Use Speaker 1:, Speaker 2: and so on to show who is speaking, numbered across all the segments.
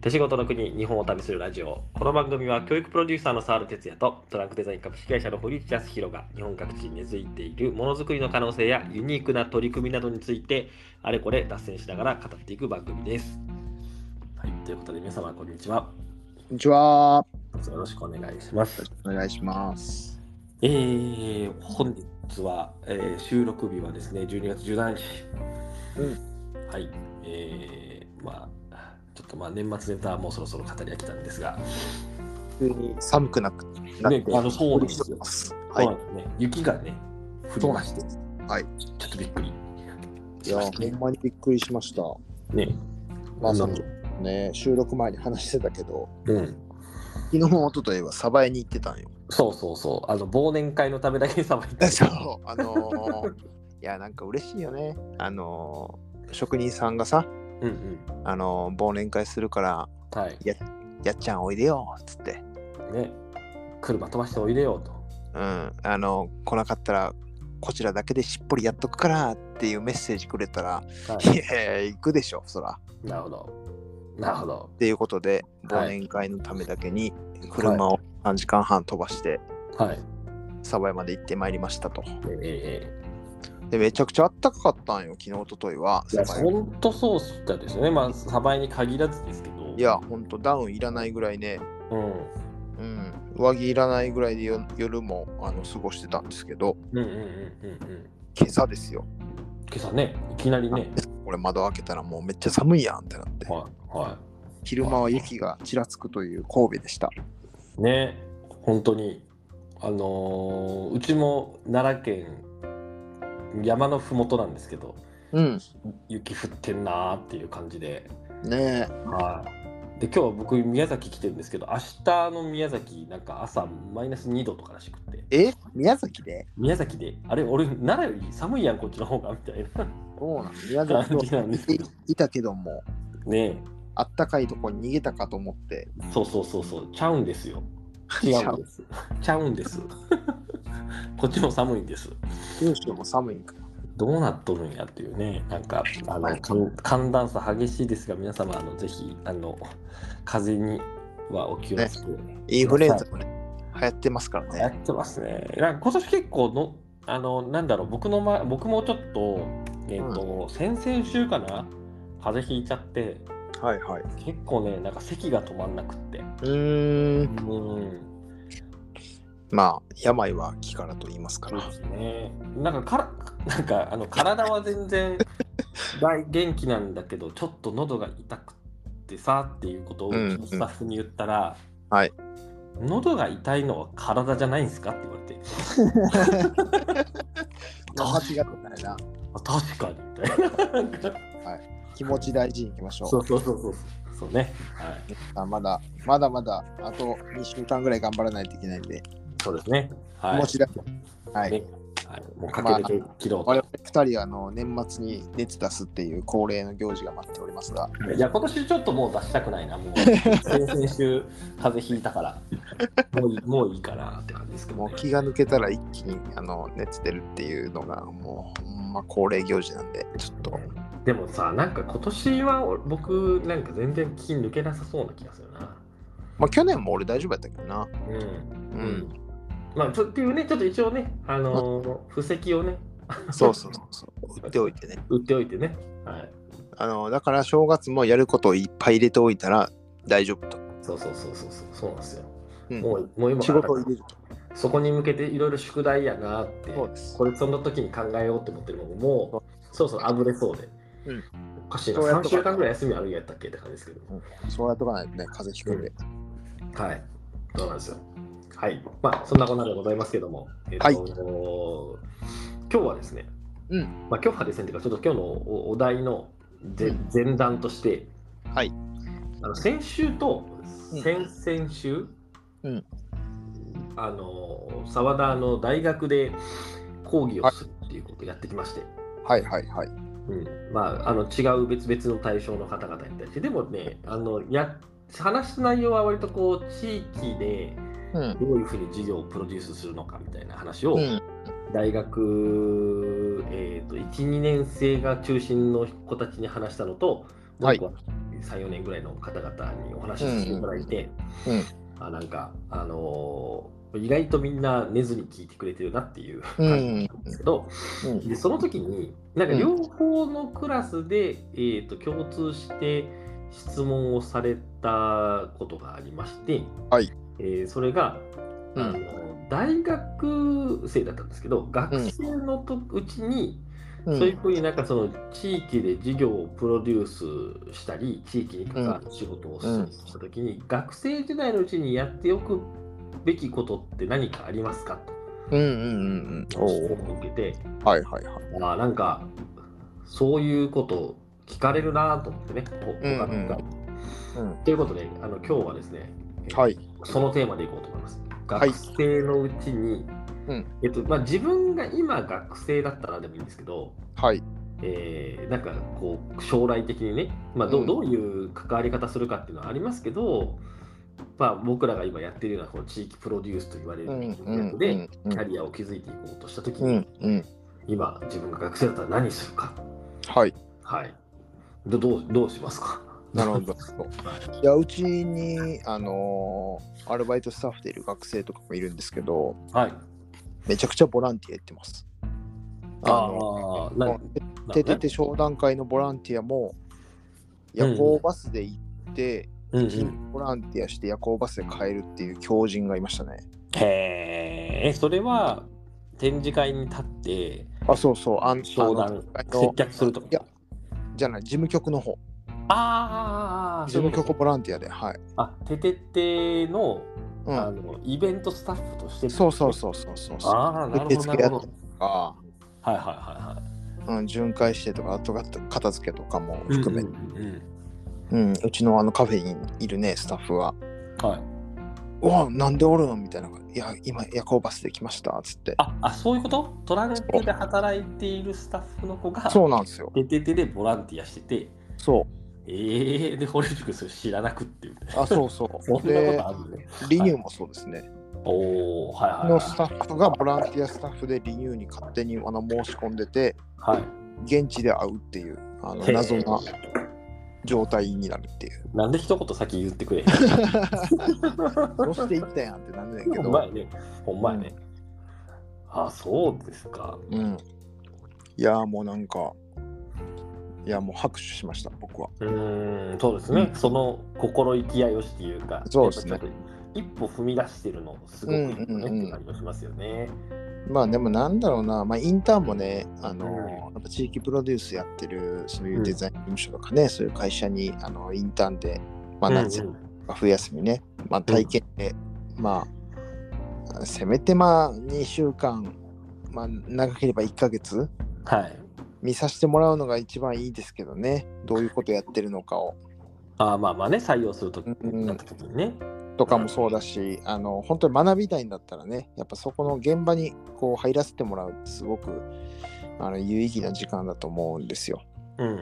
Speaker 1: 手仕事の国日本を旅するラジオこの番組は教育プロデューサーの沢野哲也とトラックデザイン株式会社の堀内康弘が日本各地に根付いているものづくりの可能性やユニークな取り組みなどについてあれこれ脱線しながら語っていく番組です。はい、ということで皆様こんにちは。
Speaker 2: こんにちは。
Speaker 1: どうぞよろしくお願いします。
Speaker 2: お願いします。
Speaker 1: えー、本日は、えー収録日はですね、12月17日。はい。えー、まあ、ちょっとまあ年末ネタはもうそろそろ語り飽きたんですが、
Speaker 2: 急に寒くなくなって、
Speaker 1: ねあのそうなんですよ
Speaker 2: はい。
Speaker 1: そうなんですね、雪がね、降りまして、
Speaker 2: はい。
Speaker 1: ちょっとびっくり
Speaker 2: い
Speaker 1: し
Speaker 2: や、
Speaker 1: ました
Speaker 2: ほん
Speaker 1: ね。
Speaker 2: まにびっくりしました。
Speaker 1: ね
Speaker 2: まあ、その
Speaker 1: なんか
Speaker 2: ね、収録前に話してたけど、
Speaker 1: うん、
Speaker 2: 昨日、一昨日はサバエに行ってたんよ。
Speaker 1: そうそうそう、あの忘年会のためだけさばい た。
Speaker 2: そう、あのーいや、なんか嬉しいよね。あのー職人さんがさ、
Speaker 1: うんうん。
Speaker 2: あのー忘年会するから、
Speaker 1: はい。
Speaker 2: ややっちゃんおいでよ、つって。
Speaker 1: ね、車飛ばしておいでよと。
Speaker 2: うん、あのー来なかったら、こちらだけでしっぽりやっとくからっていうメッセージくれたら、
Speaker 1: はい
Speaker 2: やいや、行くでしょ、そら。
Speaker 1: い。なるほど。なるほど。
Speaker 2: っていうことで
Speaker 1: はい
Speaker 2: 忘年会のためだけに車を3時間半飛ばして
Speaker 1: はい。
Speaker 2: サバイまで行ってまいりましたと。
Speaker 1: ええええ
Speaker 2: でめちゃくちゃあったかかったんよ昨日一昨日はい
Speaker 1: や、
Speaker 2: サバイ。
Speaker 1: 本当そうしたですよね。まあ、サバイに限らずですけど。
Speaker 2: い、やほんとダウンいらないぐらいね、
Speaker 1: うん、
Speaker 2: うん、上着いらないぐらいでよ夜もあの過ごしてたんですけど
Speaker 1: うん、うん、うん、うん、うん。
Speaker 2: 今朝ですよ。
Speaker 1: 今朝ね、いきなりね。
Speaker 2: これ窓開けたらもうめっちゃ寒いやんってなって
Speaker 1: はい、は
Speaker 2: 昼間は雪がちらつくという神戸でした。
Speaker 1: い。ね、本当に。あのーうちも奈良県。山のふもとなんですけど。
Speaker 2: うん
Speaker 1: 雪降ってんなーっていう感じで。
Speaker 2: ね
Speaker 1: はい。で、今日は僕宮崎来てるんですけど、明日の宮崎、なんか朝マイナス2度とからしくって。
Speaker 2: ええ宮崎で
Speaker 1: 宮崎で、あれ、俺、奈良より寒いやん、こっちの方がみたいな。
Speaker 2: そうなん宮崎
Speaker 1: 感じなんですけど
Speaker 2: いいたけども
Speaker 1: ね
Speaker 2: あったかいとこに逃げたかと思って
Speaker 1: えそうそうそうそうちゃうんです よ違うんですちゃうんです こっちも寒いんです
Speaker 2: 九州も寒いんか。
Speaker 1: どうなっとるんやっていうねなんかあの寒寒暖差激しいですが皆様あのぜひあの風邪にはお気をつけて、
Speaker 2: インフルエンザもね、流行ってますから
Speaker 1: や
Speaker 2: ね。
Speaker 1: ってますねなんか今年結構のあのなんだろう僕の、ま、僕もちょっとえっ、と、先々週かな風邪ひいちゃって
Speaker 2: はいはい。
Speaker 1: 結構ねなんか咳が止まんなくって
Speaker 2: うーん。
Speaker 1: うん
Speaker 2: まあ、病は気からと言いますか
Speaker 1: そう
Speaker 2: ら
Speaker 1: で。すね。なんかから なんかあの体は全然大 元気なんだけどちょっと喉が痛くってさっていうことをう
Speaker 2: うん
Speaker 1: ちのスタッフに言ったら、
Speaker 2: はい
Speaker 1: 喉が痛いのは体じゃないんですかって言われて
Speaker 2: 間違ってないな。
Speaker 1: あ確かにみたいななんか
Speaker 2: 気持ち大事にいきましょ。
Speaker 1: そううそうそうそうそうねはい
Speaker 2: あまだ、まだまだ、あと2週間ぐらい頑張らないといけないんで、
Speaker 1: そうですねは
Speaker 2: 気
Speaker 1: い
Speaker 2: 持ち大事。はい。
Speaker 1: ねはい、もう駆け抜け切ろうと、
Speaker 2: 我々2人はあの年末に熱出すっていう恒例の行事が待っておりますが、
Speaker 1: いや今年ちょっともう出したくないなもう先々週風邪ひいたからもういい もういいかなって感じですけど、
Speaker 2: も
Speaker 1: ね
Speaker 2: う、気が抜けたら一気にあの熱出るっていうのがもう、ほんま恒例行事なんで、ちょっと。
Speaker 1: でもさなんか今年は僕なんか全然気抜けなさそうな気がするな
Speaker 2: まあ去年も俺大丈夫やったけどな。
Speaker 1: う
Speaker 2: うん
Speaker 1: ん、まあちょっていうねちょっと一応ねあのー布石をね
Speaker 2: そうそうそうそう。売っておいてね。
Speaker 1: 売っておいてねはい
Speaker 2: あのだから正月もやることをいっぱい入れておいたら大丈夫と。
Speaker 1: そうそうそうそうそうそうなんですよ、
Speaker 2: うん
Speaker 1: もうもう今
Speaker 2: 仕事を入れると。
Speaker 1: そこに向けていろいろ宿題やなって
Speaker 2: そうです
Speaker 1: これその時に考えようって思ってるのももうそろそろあぶれそうで、
Speaker 2: うん
Speaker 1: おかしいな
Speaker 2: そうやっ
Speaker 1: 3
Speaker 2: とか
Speaker 1: 週間ぐらい休みあるんやったっけって感じですけど
Speaker 2: そうやっとかないとね、風邪ひくんで。
Speaker 1: はい、そうなんですよ。はい、まあ、そんなこんなでございますけども、えっと
Speaker 2: はい
Speaker 1: 今日はですね、
Speaker 2: うん
Speaker 1: まあ、今日はですね、というか、ちょっと今日のおお題のぜ
Speaker 2: うん
Speaker 1: 前段として、
Speaker 2: はい
Speaker 1: あの先週と先々週、
Speaker 2: うん
Speaker 1: あの澤田の大学で講義をするっていうことをやってきまして。
Speaker 2: はいはいはい。
Speaker 1: うん、まああの違う別々の対象の方々に対してでもねあのや話す内容は割とこう地域で
Speaker 2: うん。
Speaker 1: どういうふうに事業をプロデュースするのかみたいな話を、
Speaker 2: うん、
Speaker 1: 大学、えー、と12年生が中心の子たちに話したのともう一個は3、4年ぐらいの方々にお話をしていただいて、
Speaker 2: うんうん
Speaker 1: あなんか、あのー意外とみんな寝ずに聞いてくれてるなっていう
Speaker 2: うん
Speaker 1: 感じなんですけど、
Speaker 2: うん
Speaker 1: でその時になんか両方のクラスで、えー、と共通して質問をされたことがありまして、
Speaker 2: はい
Speaker 1: えーそれが、
Speaker 2: うん
Speaker 1: あの大学生だったんですけど学生のと、うちに
Speaker 2: うん
Speaker 1: そういうふうになんかその地域で事業をプロデュースしたり地域に関わる仕事を
Speaker 2: うん
Speaker 1: した時に、学生時代のうちにやっておくべきことって何かありますか
Speaker 2: うんうんうん
Speaker 1: と
Speaker 2: お
Speaker 1: 質
Speaker 2: お
Speaker 1: 問を受けて。
Speaker 2: はいはいはい
Speaker 1: あーなんかそういうこと聞かれるなと思ってね、ほ
Speaker 2: うん
Speaker 1: 他の人が
Speaker 2: うん
Speaker 1: ということであの今日はですね、えー
Speaker 2: はい
Speaker 1: そのテーマでいこうと思います。
Speaker 2: はい
Speaker 1: 学生のうちに、
Speaker 2: うん
Speaker 1: えっとまあ、自分が今学生だったらでもいいんですけど、
Speaker 2: はい
Speaker 1: えーなんかこう将来的にね、まあどう
Speaker 2: うん
Speaker 1: どういう関わり方するかっていうのはありますけど、まあ、僕らが今やってるようなこう地域プロデュースと言われる
Speaker 2: うんう
Speaker 1: や
Speaker 2: ん
Speaker 1: つ
Speaker 2: う
Speaker 1: で
Speaker 2: んう
Speaker 1: キャ
Speaker 2: ん
Speaker 1: リアを築いていこうとした時
Speaker 2: う
Speaker 1: に、
Speaker 2: んうん
Speaker 1: 今自分が学生だったら何するか、
Speaker 2: はい
Speaker 1: はい、どどうどうしますか
Speaker 2: なる ほ どいやうちにあのーアルバイトスタッフでいる学生とかもいるんですけど
Speaker 1: はい
Speaker 2: めちゃくちゃボランティアやってます
Speaker 1: あ
Speaker 2: あの
Speaker 1: あなな
Speaker 2: ててて商談会のボランティアも夜行バスで行って、
Speaker 1: うんう
Speaker 2: 近
Speaker 1: ん
Speaker 2: 所ボランティアして夜行バスで帰るっていう狂人がいましたね。
Speaker 1: へえそれは展示会に立って
Speaker 2: あ、そうそう、あん
Speaker 1: 商
Speaker 2: あの
Speaker 1: 談接客するとか
Speaker 2: いやじゃない、事務局の方、
Speaker 1: ああ
Speaker 2: 事
Speaker 1: そうい
Speaker 2: 務
Speaker 1: うこと
Speaker 2: 局ボランティアで、はい。
Speaker 1: あててての,、
Speaker 2: う
Speaker 1: あ
Speaker 2: ん、
Speaker 1: のイベントスタッフとして
Speaker 2: そうそうそうそうそうそう。
Speaker 1: ああなるほ
Speaker 2: 受
Speaker 1: どな
Speaker 2: 付
Speaker 1: る
Speaker 2: や
Speaker 1: ほ
Speaker 2: っ
Speaker 1: ど
Speaker 2: たりとか、
Speaker 1: はいはいはいはい
Speaker 2: うん、巡回してとか、あとが片付けとかも含め、う
Speaker 1: うんんうんうん
Speaker 2: うちのあのカフェにいるね、スタッフは。
Speaker 1: うんはい、
Speaker 2: うわ、なんでおるのみたいな。いや、今夜行バスで来ました、つって。
Speaker 1: ああそういうことトランクで働いているスタッフの子が
Speaker 2: そうなんですよ。
Speaker 1: てててでボランティアしてて
Speaker 2: そ
Speaker 1: ええで、堀内君それ知らなくっていうね。
Speaker 2: う。あ、そうそ
Speaker 1: そ。
Speaker 2: うん
Speaker 1: なこ
Speaker 2: で
Speaker 1: と、あるね。
Speaker 2: リニューもそうですね。
Speaker 1: おお、はいはい、
Speaker 2: のスタッフがボランティアスタッフでリニューに勝手にあの申し込んでて
Speaker 1: はい。はい
Speaker 2: 現地で会うっていうあの
Speaker 1: へえ
Speaker 2: 謎な状態になるっ ていう
Speaker 1: なんで一言先言ってくれへん
Speaker 2: どうして行ったやんってなんだけ
Speaker 1: ほん
Speaker 2: ど
Speaker 1: ま、やね。ほんまやね。あ、そうですか。
Speaker 2: うん、いやーもうなんかいやもう拍手しました僕は
Speaker 1: うーん、そうですね。その心意気合いをしっていうか、
Speaker 2: そうですね
Speaker 1: やっぱちょっと一歩踏み出してるの、すごくいいよ
Speaker 2: うんうんうん
Speaker 1: ねって感じがしますよね。
Speaker 2: まあでもなんだろうな、まあ、インターンもねあの
Speaker 1: うん
Speaker 2: やっぱ地域プロデュースやってるそういうデザイン事務所とかね、そういう会社にあのインターンで、まあ、夏
Speaker 1: うんうん
Speaker 2: 冬休みね、まあ、体験で、まあせめてまあ2週間、まあ、長ければ1ヶ月
Speaker 1: はい。
Speaker 2: 見させてもらうのが一番いいですけどねどういうことやってるのかを
Speaker 1: あまあまあね、採用するとき、
Speaker 2: うん
Speaker 1: なったときにね。
Speaker 2: とかもそうだしあの本当に学びたいんだったらねやっぱそこの現場にこう入らせてもらうってすごくあの有意義な時間だと思うんですよ。
Speaker 1: うんうん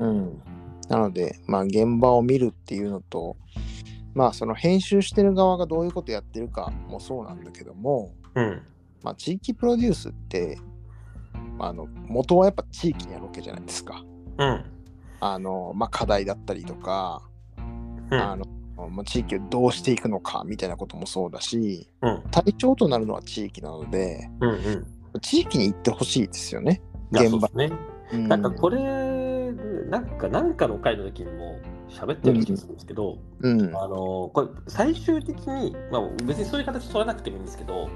Speaker 1: うんうん。
Speaker 2: なので、まあ、現場を見るっていうのと、まあ、その編集してる側がどういうことやってるかもそうなんだけども、
Speaker 1: うん。
Speaker 2: まあ、地域プロデュースって、まあ、あの元はやっぱ地域にあるわけじゃないですか。
Speaker 1: うん。
Speaker 2: あのまあ、課題だったりとか、
Speaker 1: うん。
Speaker 2: あのまあ地域をどうしていくのかみたいなこともそうだし
Speaker 1: うん。
Speaker 2: 対象となるのは地域なので
Speaker 1: うんうん。
Speaker 2: 地域に行ってほしいですよね。
Speaker 1: いや
Speaker 2: 現
Speaker 1: そう
Speaker 2: 場
Speaker 1: ですね。
Speaker 2: うん
Speaker 1: なんかこれ、なんか、なんかの回の時にも喋ってるんですけど、
Speaker 2: うん
Speaker 1: あのこれ、最終的に、まあ、別にそういう形取らなくてもいいんですけど、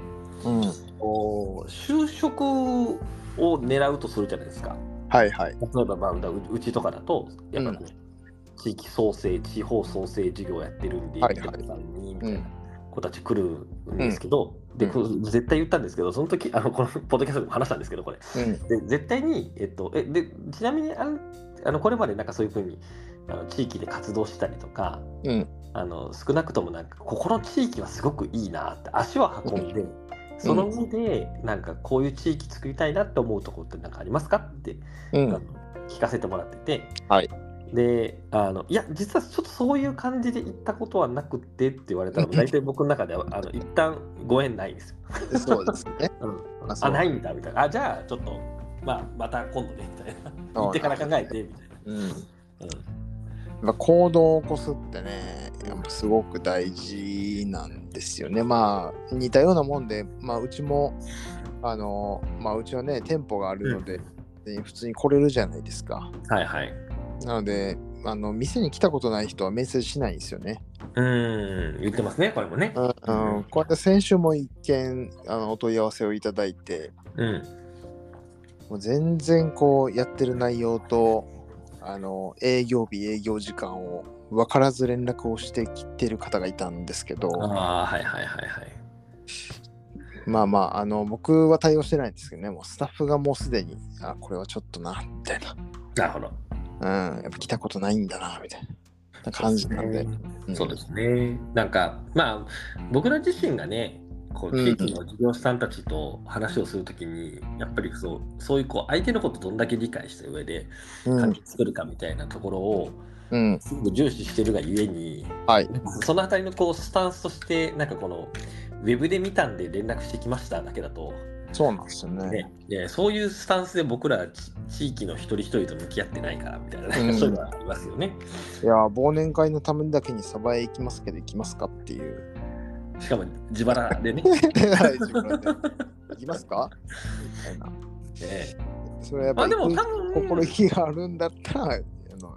Speaker 2: うん
Speaker 1: お就職を狙うとするじゃないですか。
Speaker 2: はいはい。
Speaker 1: 例えば、まあ、ううちとかだと、やっぱこう、地域創生、地方創生事業やってるんで、
Speaker 2: はいはい
Speaker 1: 皆さんにみたいな子たち来るんですけど、
Speaker 2: ん
Speaker 1: で
Speaker 2: うん
Speaker 1: こう絶対言ったんですけど、その時あのこのポッドキャストでも話したんですけど、これ。
Speaker 2: うん
Speaker 1: で絶対に、えっと、えでちなみにあのあのこれまでなんかそういうふうにあの地域で活動したりとか
Speaker 2: うん
Speaker 1: あの少なくともなんかここの地域はすごくいいなって足を運んで、その上でなんかこういう地域作りたいなって思うところって何かありますかって、
Speaker 2: う
Speaker 1: あの
Speaker 2: ん
Speaker 1: 聞かせてもらってて。
Speaker 2: はい
Speaker 1: であのいや実はちょっとそういう感じで行ったことはなくてって言われたら
Speaker 2: うん
Speaker 1: 大体僕の中ではあの一旦ご縁ないんですよ。
Speaker 2: そうです ね。
Speaker 1: うん
Speaker 2: あそ
Speaker 1: あ
Speaker 2: う
Speaker 1: ないんだみたいなあじゃあちょっと、まあ、また今度ねみたいな行ってから考えてみたいな、
Speaker 2: うん
Speaker 1: うん
Speaker 2: やっぱ行動を起こすってねやっぱすごく大事なんですよねまあ似たようなもんで、まあ、うちもあの、まあ、うちはね店舗があるので、で普通に来れるじゃないですか
Speaker 1: はいはい。
Speaker 2: なのであの店に来たことない人はメッセージしないんですよね
Speaker 1: うーん、言ってますね、これもね。
Speaker 2: うんうんこうやって先週も一件あのお問い合わせをいただいて
Speaker 1: うん。
Speaker 2: もう全然こうやってる内容とあの営業日営業時間を分からず連絡をしてきてる方がいたんですけど
Speaker 1: ああ、はいはいはいはい。
Speaker 2: まあまああの僕は対応してないんですけどねもうスタッフがもうすでにあこれはちょっとなみたい
Speaker 1: なるほど。
Speaker 2: な、うん、やっぱ来たことないんだなみたいな感じなんでうん
Speaker 1: そうですね。なんか、まあ、僕ら自身がね、こう
Speaker 2: うん
Speaker 1: 地域の事業者さんたちと話をするときに、やっぱりそうそういうこう相手のことどんだけ理解した上で、
Speaker 2: う
Speaker 1: 関
Speaker 2: ん
Speaker 1: 係作るかみたいなところを、
Speaker 2: うん
Speaker 1: すごく重視してるがゆえに、
Speaker 2: はい
Speaker 1: そのあたりのこうスタンスとして、なんかこの、ウェブで見たんで連絡してきましただけだと、
Speaker 2: そうなんですよね
Speaker 1: ねでそういうスタンスで僕らち地域の一人一人と向き合ってないからみたいな、ね
Speaker 2: うん
Speaker 1: そういうのはありますよね。
Speaker 2: いや忘年会のためだけにサバへ行きますけど行きますかっていう
Speaker 1: しかも自腹で ね。
Speaker 2: はい自分で行きますかみたいな
Speaker 1: ええ
Speaker 2: それはやっ
Speaker 1: ま
Speaker 2: ぱ
Speaker 1: あ
Speaker 2: り
Speaker 1: でも多分、
Speaker 2: 心意気があるんだったら、あの、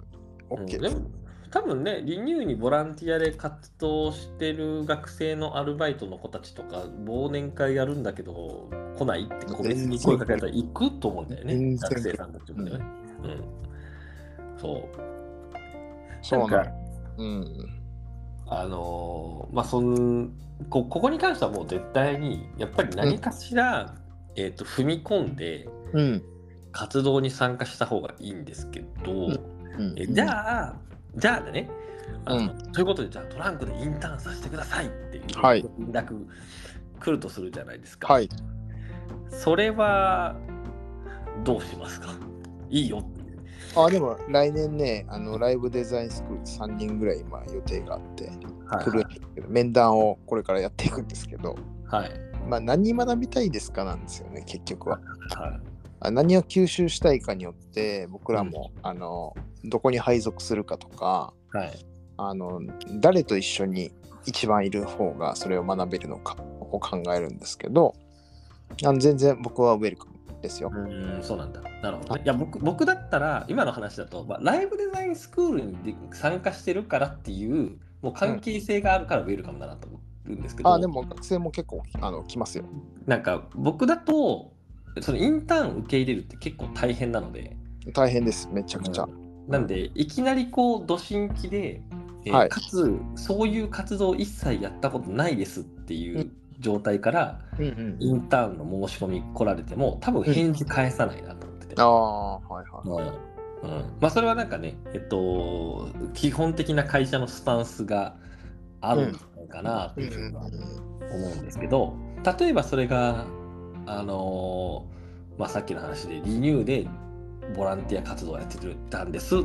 Speaker 1: うん
Speaker 2: OK
Speaker 1: で
Speaker 2: です。
Speaker 1: も多分ね、リニューにボランティアで活動してる学生のアルバイトの子たちとか、忘年会やるんだけど、来ないって個別に声かけられたら行くと思うんだよね、
Speaker 2: 全然
Speaker 1: 学生さんたちもね。うん、そう。
Speaker 2: そう
Speaker 1: な
Speaker 2: なんん
Speaker 1: か
Speaker 2: うん。
Speaker 1: あのーまあそんこここに関してはもう絶対にやっぱり何かしら、えー、と踏み込んで
Speaker 2: うん。
Speaker 1: 活動に参加した方がいいんですけど、
Speaker 2: うん
Speaker 1: えじゃあじゃあねあの、
Speaker 2: うん
Speaker 1: ということでじゃあトランクでインターンさせてくださいっていう
Speaker 2: はい
Speaker 1: 連絡来るとするじゃないですか、
Speaker 2: はい。
Speaker 1: それはどうしますかいいよっていう
Speaker 2: あ、でも来年ね、あの、ライブデザインスクール3人ぐらい今予定があって、来るんですけど、面談をこれからやっていくんですけど、
Speaker 1: はい
Speaker 2: まあ、何学びたいですかなんですよね、結局は。
Speaker 1: はい
Speaker 2: あ何を吸収したいかによって、僕らも、あの、どこに配属するかとか、
Speaker 1: はい
Speaker 2: あの誰と一緒に一番いる方がそれを学べるのかを考えるんですけどあの全然僕はウェルカムですよ
Speaker 1: う。ーんそうなんだなるほど、ね、いや僕僕だったら今の話だと、まあ、ライブデザインスクールにで参加してるからっていうもう関係性があるからウェルカムだなと思うんですけど、
Speaker 2: あでも学生も結構あの来ますよ。
Speaker 1: なんか僕だとそのインターン受け入れるって結構大変なので、
Speaker 2: 大変ですめちゃくちゃ。
Speaker 1: なんでいきなりこうド新規で、えー
Speaker 2: はい
Speaker 1: かつそういう活動一切やったことないですっていう状態から、
Speaker 2: うんうん
Speaker 1: インターンの申し込み来られても多分返事返さないなと思ってて、
Speaker 2: ああはいはい。
Speaker 1: うんうんまあそれはなんかねえっと基本的な会社のスタンスがあるんじゃないかなっていうふうには思うんですけど例えばそれがあのーまあさっきの話でリニューでボランティア活動をやってたんですっ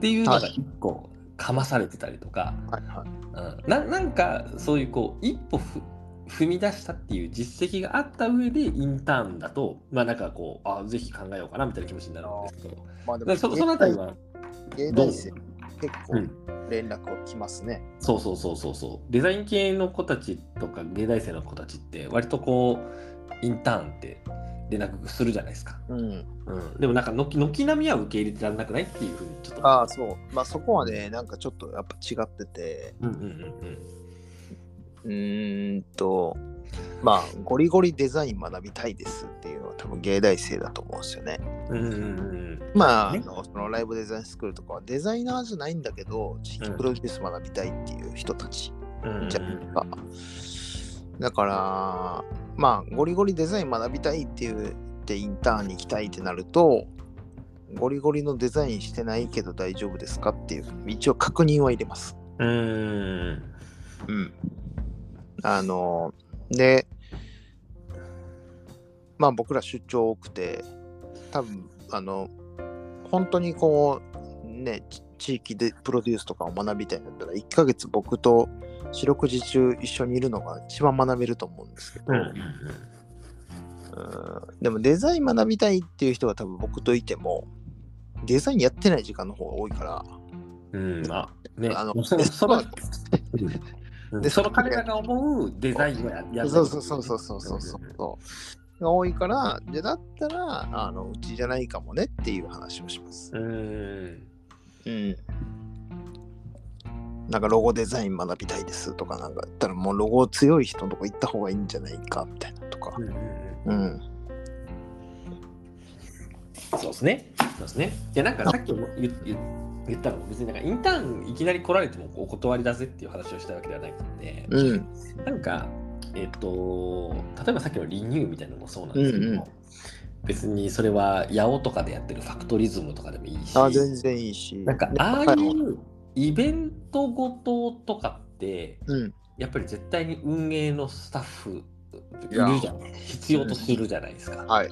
Speaker 1: ていうのが
Speaker 2: は
Speaker 1: 一個かまされてたりとか、
Speaker 2: はいはい
Speaker 1: うん、ななんかそういうこう一歩ふ踏み出したっていう実績があった上でインターンだとまあなんかこうあぜひ考えようかなみたいな気持ちになるんですけどだ
Speaker 2: まあで
Speaker 1: から
Speaker 2: も
Speaker 1: そそのあたりは
Speaker 2: 芸
Speaker 1: どう
Speaker 2: 大生結
Speaker 1: う
Speaker 2: 構
Speaker 1: ん
Speaker 2: 連絡を来ますね。
Speaker 1: そうそうそうそうそうデザイン系の子たちとか芸大生の子たちって割とこうインターンって連絡するじゃないですか、
Speaker 2: うん、
Speaker 1: うん、でもなんか軒軒並みは受け入れてらんなくないっていうふうにちょっと
Speaker 2: ああそう。まあそこはねなんかちょっとやっぱ違ってて
Speaker 1: うんうんうん
Speaker 2: うーんとまあゴリゴリデザイン学びたいですっていうのは多分芸大生だと思うんですよね。
Speaker 1: うんうんうんうん
Speaker 2: まあ、
Speaker 1: ね
Speaker 2: あのそのライブデザインスクールとかはデザイナーじゃないんだけど、地域プロデュース学びたいっていう人たち
Speaker 1: うんうん
Speaker 2: じゃないですか。だから、まあ、ゴリゴリデザイン学びたいって言ってインターンに行きたいってなると、ゴリゴリのデザインしてないけど大丈夫ですかっていう、一応確認は入れます。
Speaker 1: うんうん
Speaker 2: うん。あの、で、まあ僕ら出張多くて、多分、あの、本当にこう、ね、ち地域でプロデュースとかを学びたいんだったら、1ヶ月僕と四六時中一緒にいるのが一番学べると思うんですけど、
Speaker 1: うんうん
Speaker 2: うんでもデザイン学びたいっていう人は多分僕といても、デザインやってない時間の方が多いから、
Speaker 1: ううん、まあ、ね、
Speaker 2: あの
Speaker 1: そのその
Speaker 2: そう
Speaker 1: うん
Speaker 2: で
Speaker 1: その彼らが思うデザインをややる
Speaker 2: そうそうそうそうそうそうそう。が多いから、でだったらあの、うちじゃないかもねっていう話をします。
Speaker 1: うん。
Speaker 2: うん。なんかロゴデザイン学びたいですとか、なんかだったらもうロゴ強い人のとこ行った方がいいんじゃないかみたいなとか
Speaker 1: う。んうんうん
Speaker 2: うん。
Speaker 1: そうですね。そうですね。いや、なんかさっきも言言言ったのも別になんかインターンいきなり来られてもお断りだぜっていう話をしたいわけではないので、
Speaker 2: うん。
Speaker 1: なんか、えっ、と、例えばさっきのリニューみたいなのもそうなんですけども、
Speaker 2: うんうん
Speaker 1: 別にそれは八尾とかでやってるファクトリズムとかでもいいし、
Speaker 2: あ、全然いいし。
Speaker 1: なんか
Speaker 2: ね
Speaker 1: ああ
Speaker 2: 高
Speaker 1: い
Speaker 2: もの
Speaker 1: うイベントごととかって、
Speaker 2: うん。
Speaker 1: やっぱり絶対に運営のスタッフい
Speaker 2: いや
Speaker 1: るじゃん必要とするじゃないですか。
Speaker 2: はい。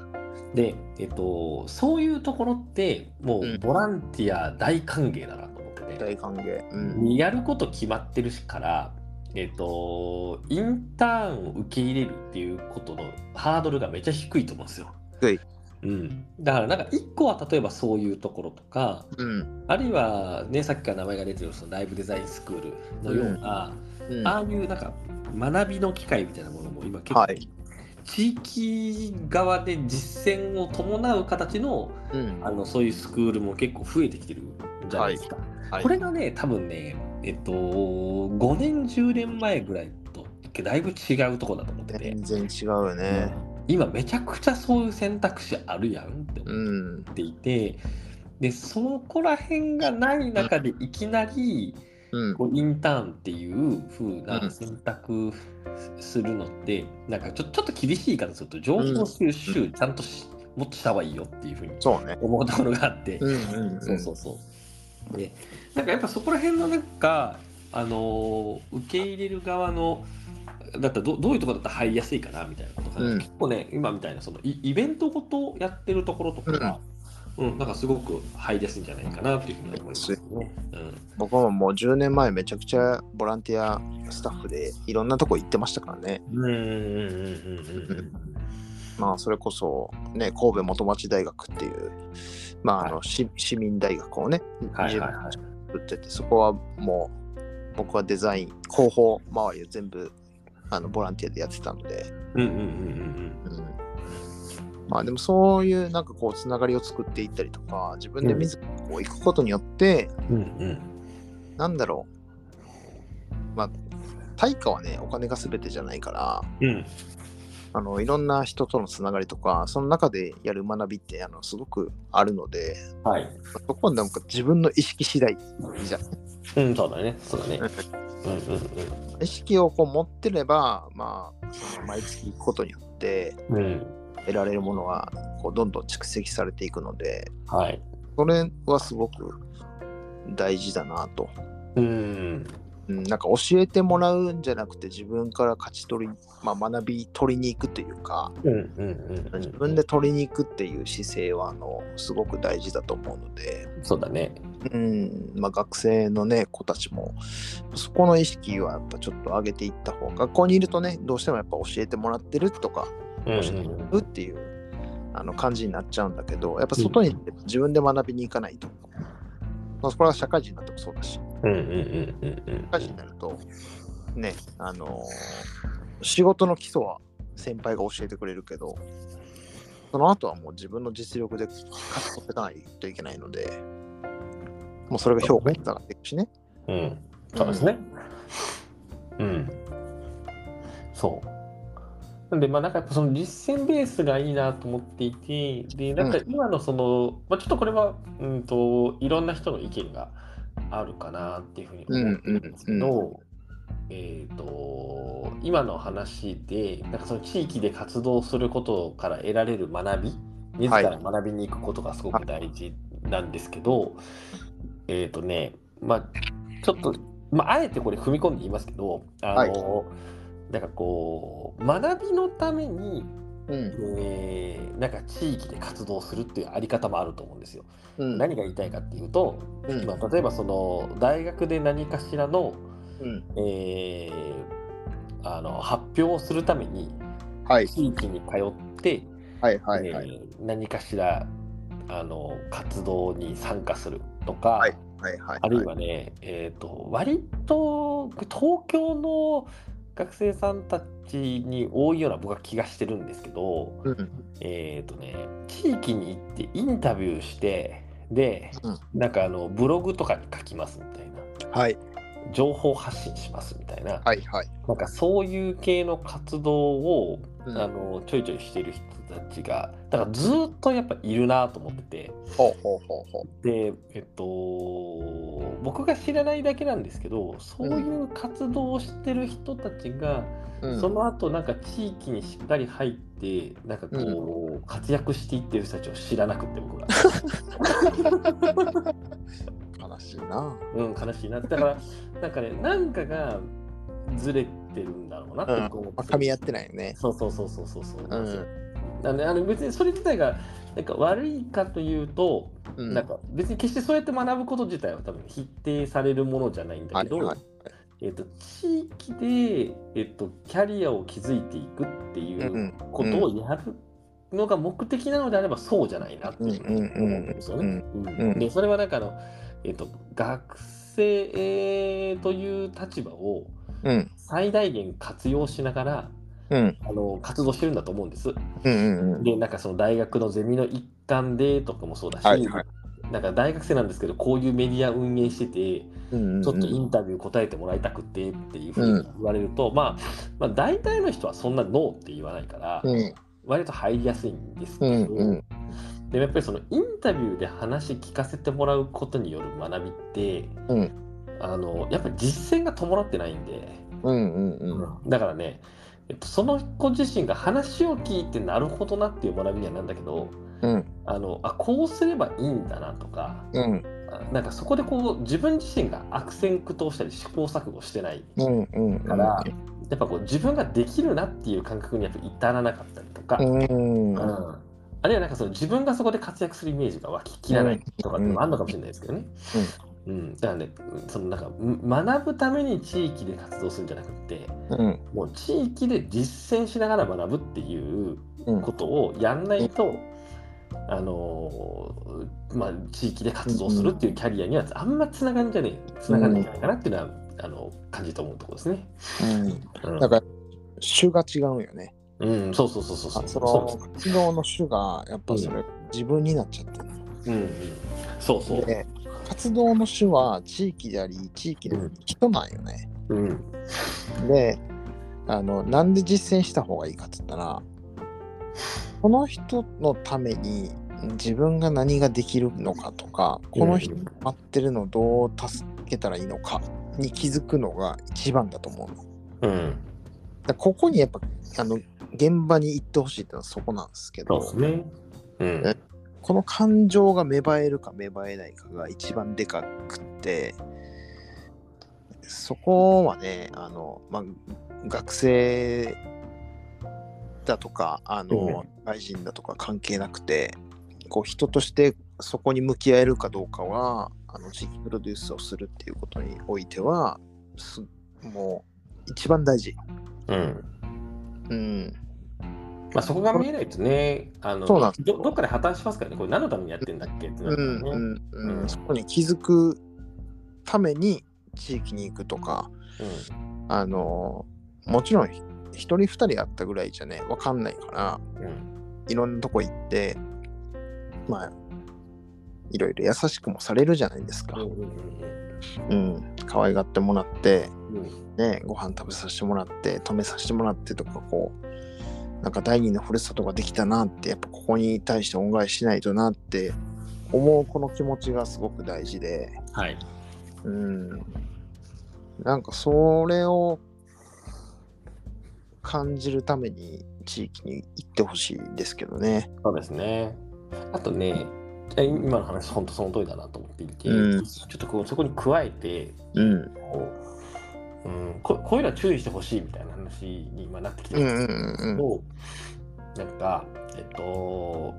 Speaker 1: で、えっと、そういうところっても
Speaker 2: う
Speaker 1: うんボランティア大歓迎だなと思ってて、
Speaker 2: 大歓迎。うん。
Speaker 1: やること決まってるから、えっと、インターンを受け入れるっていうことのハードルがめちゃ低いと思うんですよ。
Speaker 2: 低い
Speaker 1: うん、だからなんか1個は例えばそういうところとか
Speaker 2: うん。
Speaker 1: あるいはねさっきから名前が出てるそのライブデザインスクールのような、
Speaker 2: うん
Speaker 1: ああいうなんか学びの機会みたいなものも今結構、
Speaker 2: はい
Speaker 1: 地域側で実践を伴う形の
Speaker 2: うん
Speaker 1: あのそういうスクールも結構増えてきてるじゃないですか。
Speaker 2: はい
Speaker 1: これがね多分ねえっと5年10年前ぐらいとだいぶ違うとこだと思ってて、
Speaker 2: 全然違うよね。
Speaker 1: 今めちゃくちゃそういう選択肢あるやんって
Speaker 2: う
Speaker 1: 思
Speaker 2: ん。
Speaker 1: っていて。でそこら辺がない中でいきなり
Speaker 2: うん。
Speaker 1: こうインターンっていう風
Speaker 2: う
Speaker 1: なん選択するのって、なんかちょちょっと厳しい言い方すると情報収集ちゃんとし、もっとした方がいいよっていう風に
Speaker 2: そうね。
Speaker 1: 思うところがあって、
Speaker 2: うんうん、
Speaker 1: そうそうそう。でなんかやっぱそこら辺のなんか、あのー受け入れる側のだったらどどういうところだったら入りやすいかなみたいなことかな、
Speaker 2: うん
Speaker 1: 結構ね今みたいなそのイイベントごとやってるところとかが、うんなんかすごく入りやすいんじゃないかなっていうふうに思いますね。うん
Speaker 2: 僕ももう10年前めちゃくちゃボランティアスタッフでいろんなとこ行ってましたからね。
Speaker 1: うんうんうんうんうんうん
Speaker 2: まあそれこそね、神戸元町大学っていう、まああの市,、市民大学をね、
Speaker 1: はいはいはい。
Speaker 2: 作ってて、そこはもう僕はデザイン、広報周りを全部あのボランティアでやってたので、
Speaker 1: うんうんうん
Speaker 2: うん、まあでもそういうなんかこうつながりを作っていったりとか、自分で自らこう行くことによって、
Speaker 1: うんうん。うんうん。
Speaker 2: なんだろう、まあ、対価はね、お金が全てじゃないから、
Speaker 1: うん。
Speaker 2: あのいろんな人とのつながりとか、その中でやる学びってあのすごくあるので、
Speaker 1: はい。
Speaker 2: そこはなんか自分の意識次第じゃん
Speaker 1: うん、そうだね。そうだね。うんうん
Speaker 2: 意識をこう持ってれば、まあ、その毎月行くことによって
Speaker 1: うん。うん。
Speaker 2: 得られるものがこうどんどん蓄積されていくので、
Speaker 1: はい。
Speaker 2: それはすごく大事だなと。
Speaker 1: うん。
Speaker 2: うん、なんか教えてもらうんじゃなくて自分から勝ち取り、まあ、学び取りに行くというか、
Speaker 1: うんうんうん。
Speaker 2: 自分で。取りに行くっていう姿勢はあのすごく大事だと思うので、
Speaker 1: そうだね。
Speaker 2: うんまあ、学生の、ね、子たちもそこの意識はやっぱちょっと上げていった方が学校にいるとねどうしてもやっぱ教えてもらってるとか
Speaker 1: うんう
Speaker 2: 教えて
Speaker 1: ん
Speaker 2: もらうっていうあの感じになっちゃうんだけどやっぱ外に出て自分で学びに行かないと。まあ、そこは社会人になってもそうだし
Speaker 1: うんうんうんうんうん。
Speaker 2: 社会人になるとねあのー仕事の基礎は先輩が教えてくれるけどその後はもう自分の実力で勝ち取っていかないといけないのでもうそれが評価につながっていくしね
Speaker 1: うん。そうですね。うん。そう。なんで、まあ、なんかやっぱその実践ベースがいいなと思っていて、で、なんか今のその、まあ、ちょっとこれは、うんと、いろんな人の意見があるかなっていうふうに思ってるんですけど、
Speaker 2: う
Speaker 1: えっ、と、今の話で、なんかその地域で活動することから得られる学び、自ら学びに行くことがすごく大事なんですけど、えっ、とね、まあ、ちょっと、まあ、あえてこれ踏み込んで言いますけど、あの、なんかこう、学びのために、
Speaker 2: うん
Speaker 1: えーなんか地域で活動するっていうあり方もあると思うんですよ。
Speaker 2: うん
Speaker 1: 何が言いたいかっていうと、
Speaker 2: うん
Speaker 1: まあ、例えばその大学で何かしらの、
Speaker 2: うん
Speaker 1: えーあの発表をするために
Speaker 2: はい
Speaker 1: 地域に通って、
Speaker 2: はいはいはい
Speaker 1: えー何かしらあの活動に参加するとか、
Speaker 2: はいはいはい、
Speaker 1: あるいはね、えー、と割と東京の学生さんたちに多いような僕は気がしてるんですけど、
Speaker 2: うん、
Speaker 1: えっ、とね地域に行ってインタビューしてで、
Speaker 2: うん
Speaker 1: なんかあのブログとかに書きますみたいな
Speaker 2: はい
Speaker 1: 情報発信しますみたいな、
Speaker 2: はいはい
Speaker 1: なんかそういう系の活動を、
Speaker 2: うん
Speaker 1: あのちょいちょいしてる人たちがだからずっとやっぱいるなと思ってて。
Speaker 2: ほうほうほうほ
Speaker 1: でえっと僕が知らないだけなんですけどそういう活動をしてる人たちが、
Speaker 2: う、うん、
Speaker 1: その後なんか地域にしっかり入ってなんかこう、活躍していってる人たちを知らなくて僕 が、
Speaker 2: 悲しいな
Speaker 1: うん、悲しいなだからなんかねなんかがずれてるんだろうなって僕思
Speaker 2: まあ
Speaker 1: って
Speaker 2: 噛
Speaker 1: て、
Speaker 2: み合ってないよね
Speaker 1: そうそうそうそうそうそう
Speaker 2: う
Speaker 1: なんですよ
Speaker 2: ん、
Speaker 1: なんであの別にそれ自体がなんか悪いかというと、
Speaker 2: うん、
Speaker 1: なんか別に決してそうやって学ぶこと自体は多分否定されるものじゃないんだ
Speaker 2: は
Speaker 1: け
Speaker 2: い
Speaker 1: ど、
Speaker 2: はい
Speaker 1: えっと地域で、えっとキャリアを築いていくってい
Speaker 2: うんう
Speaker 1: うんことをやるのが目的なのであればそうじゃないなっていう
Speaker 2: うんうんうん
Speaker 1: 思うんですよね。
Speaker 2: ん
Speaker 1: うんでそれはなんかあの、えっと学生という立場を
Speaker 2: うん
Speaker 1: 最大限活用しながら
Speaker 2: うん
Speaker 1: あの活動してるんだと思うんです。
Speaker 2: うんうんうん
Speaker 1: でなんかその大学のゼミの一環でとかもそうだし、
Speaker 2: はいはい
Speaker 1: なんか大学生なんですけどこういうメディア運営してて。
Speaker 2: うんうん
Speaker 1: ちょっとインタビュー答えてもらいたくてっていうふうに言われると、まあ、まあ大体の人はそんなノーって言わないから、
Speaker 2: うん
Speaker 1: 割と入りやすいんですけ
Speaker 2: う
Speaker 1: ど、
Speaker 2: んうん
Speaker 1: でもやっぱりそのインタビューで話聞かせてもらうことによる学びって、
Speaker 2: うん
Speaker 1: あのやっぱり実践が伴ってないんで、
Speaker 2: うんうんうん
Speaker 1: だからね、えっと、その子自身が話を聞いてなるほどなっていう学びにはなんだけど
Speaker 2: うん
Speaker 1: あのあこうすればいいんだなとか。
Speaker 2: うん
Speaker 1: あなんかそこでこう自分自身が悪戦苦闘したり試行錯誤してない
Speaker 2: うんうん
Speaker 1: から、やっぱこう自分ができるなっていう感覚にやっぱ至らなかったりとか、
Speaker 2: うん
Speaker 1: うんあるいはなんかその自分がそこで活躍するイメージが湧ききらないとかっていうのもあるのかもしれないですけどね。うんだからね、そのなんかうん学ぶために地域で活動するんじゃなくて
Speaker 2: うん
Speaker 1: もう地域で実践しながら学ぶっていう
Speaker 2: うん
Speaker 1: ことをやんないと、あのーまあ、地域で活動するっていうキャリアにはあんまつながんじゃねえつながんないんじゃないかなっていうのは、あの感じと思うところですね。
Speaker 2: うん
Speaker 1: うん
Speaker 2: だから種が違うんよね
Speaker 1: うん、そうそうそうそうそう。
Speaker 2: あそ
Speaker 1: そ
Speaker 2: の活動の種がやっぱそれ自分になっちゃってる
Speaker 1: ううんうん、そうそう。
Speaker 2: で活動の種は地域であり地域の人なんよね、
Speaker 1: うん、
Speaker 2: であのなんで実践した方がいいかって言ったらこの人のために自分が何ができるのかとかこの人
Speaker 1: うん
Speaker 2: 待ってるのをどう助けたらいいのかに気づくのが一番だと思うの。だか
Speaker 1: うん、
Speaker 2: らここにやっぱあの現場に行ってほしいってのはそこなんですけ
Speaker 1: そう
Speaker 2: ど
Speaker 1: ですね。うん、
Speaker 2: この感情が芽生えるか芽生えないかが一番でかくってそこはねあの、まあ、学生だとかあの外人だとか関係なくてこう人としてそこに向き合えるかどうかはあの地域プロデュースをするっていうことにおいてはすもう一番大事。
Speaker 1: うん。
Speaker 2: うん、
Speaker 1: まあそこが見えないとね、あの
Speaker 2: そうなんです
Speaker 1: どどっかで破綻しますからね、これ何のためにやってんだっけってな
Speaker 2: う
Speaker 1: るから
Speaker 2: ん
Speaker 1: ね。
Speaker 2: うん
Speaker 1: う
Speaker 2: うんん、そこに気づくために地域に行くとか、あのもちろんひ一人二人あったぐらいじゃねわかんないから
Speaker 1: うん、うん、
Speaker 2: いろんなとこ行ってまあいろいろ優しくもされるじゃないですか、
Speaker 1: うん、
Speaker 2: うん、可愛がってもらって、
Speaker 1: うん、うん、
Speaker 2: ね、ご飯食べさせてもらって止めさせてもらってとかこうなんか第二のふるさとができたなってやっぱここに対して恩返ししないとなって思うこの気持ちがすごく大事で。
Speaker 1: はい。
Speaker 2: うんなんかそれを感じるために地域に行ってほしいですけどね。
Speaker 1: そうですね。あとね、え今の話、本当その通りだなと思っていて、
Speaker 2: うん
Speaker 1: ちょっとこうそこに加えて、
Speaker 2: うん。
Speaker 1: こううん、ここういうのは注意してほしいみたいな話に今なってきてる
Speaker 2: うん
Speaker 1: んで
Speaker 2: う
Speaker 1: す
Speaker 2: んう
Speaker 1: け
Speaker 2: ん
Speaker 1: ど、なんか、えっと、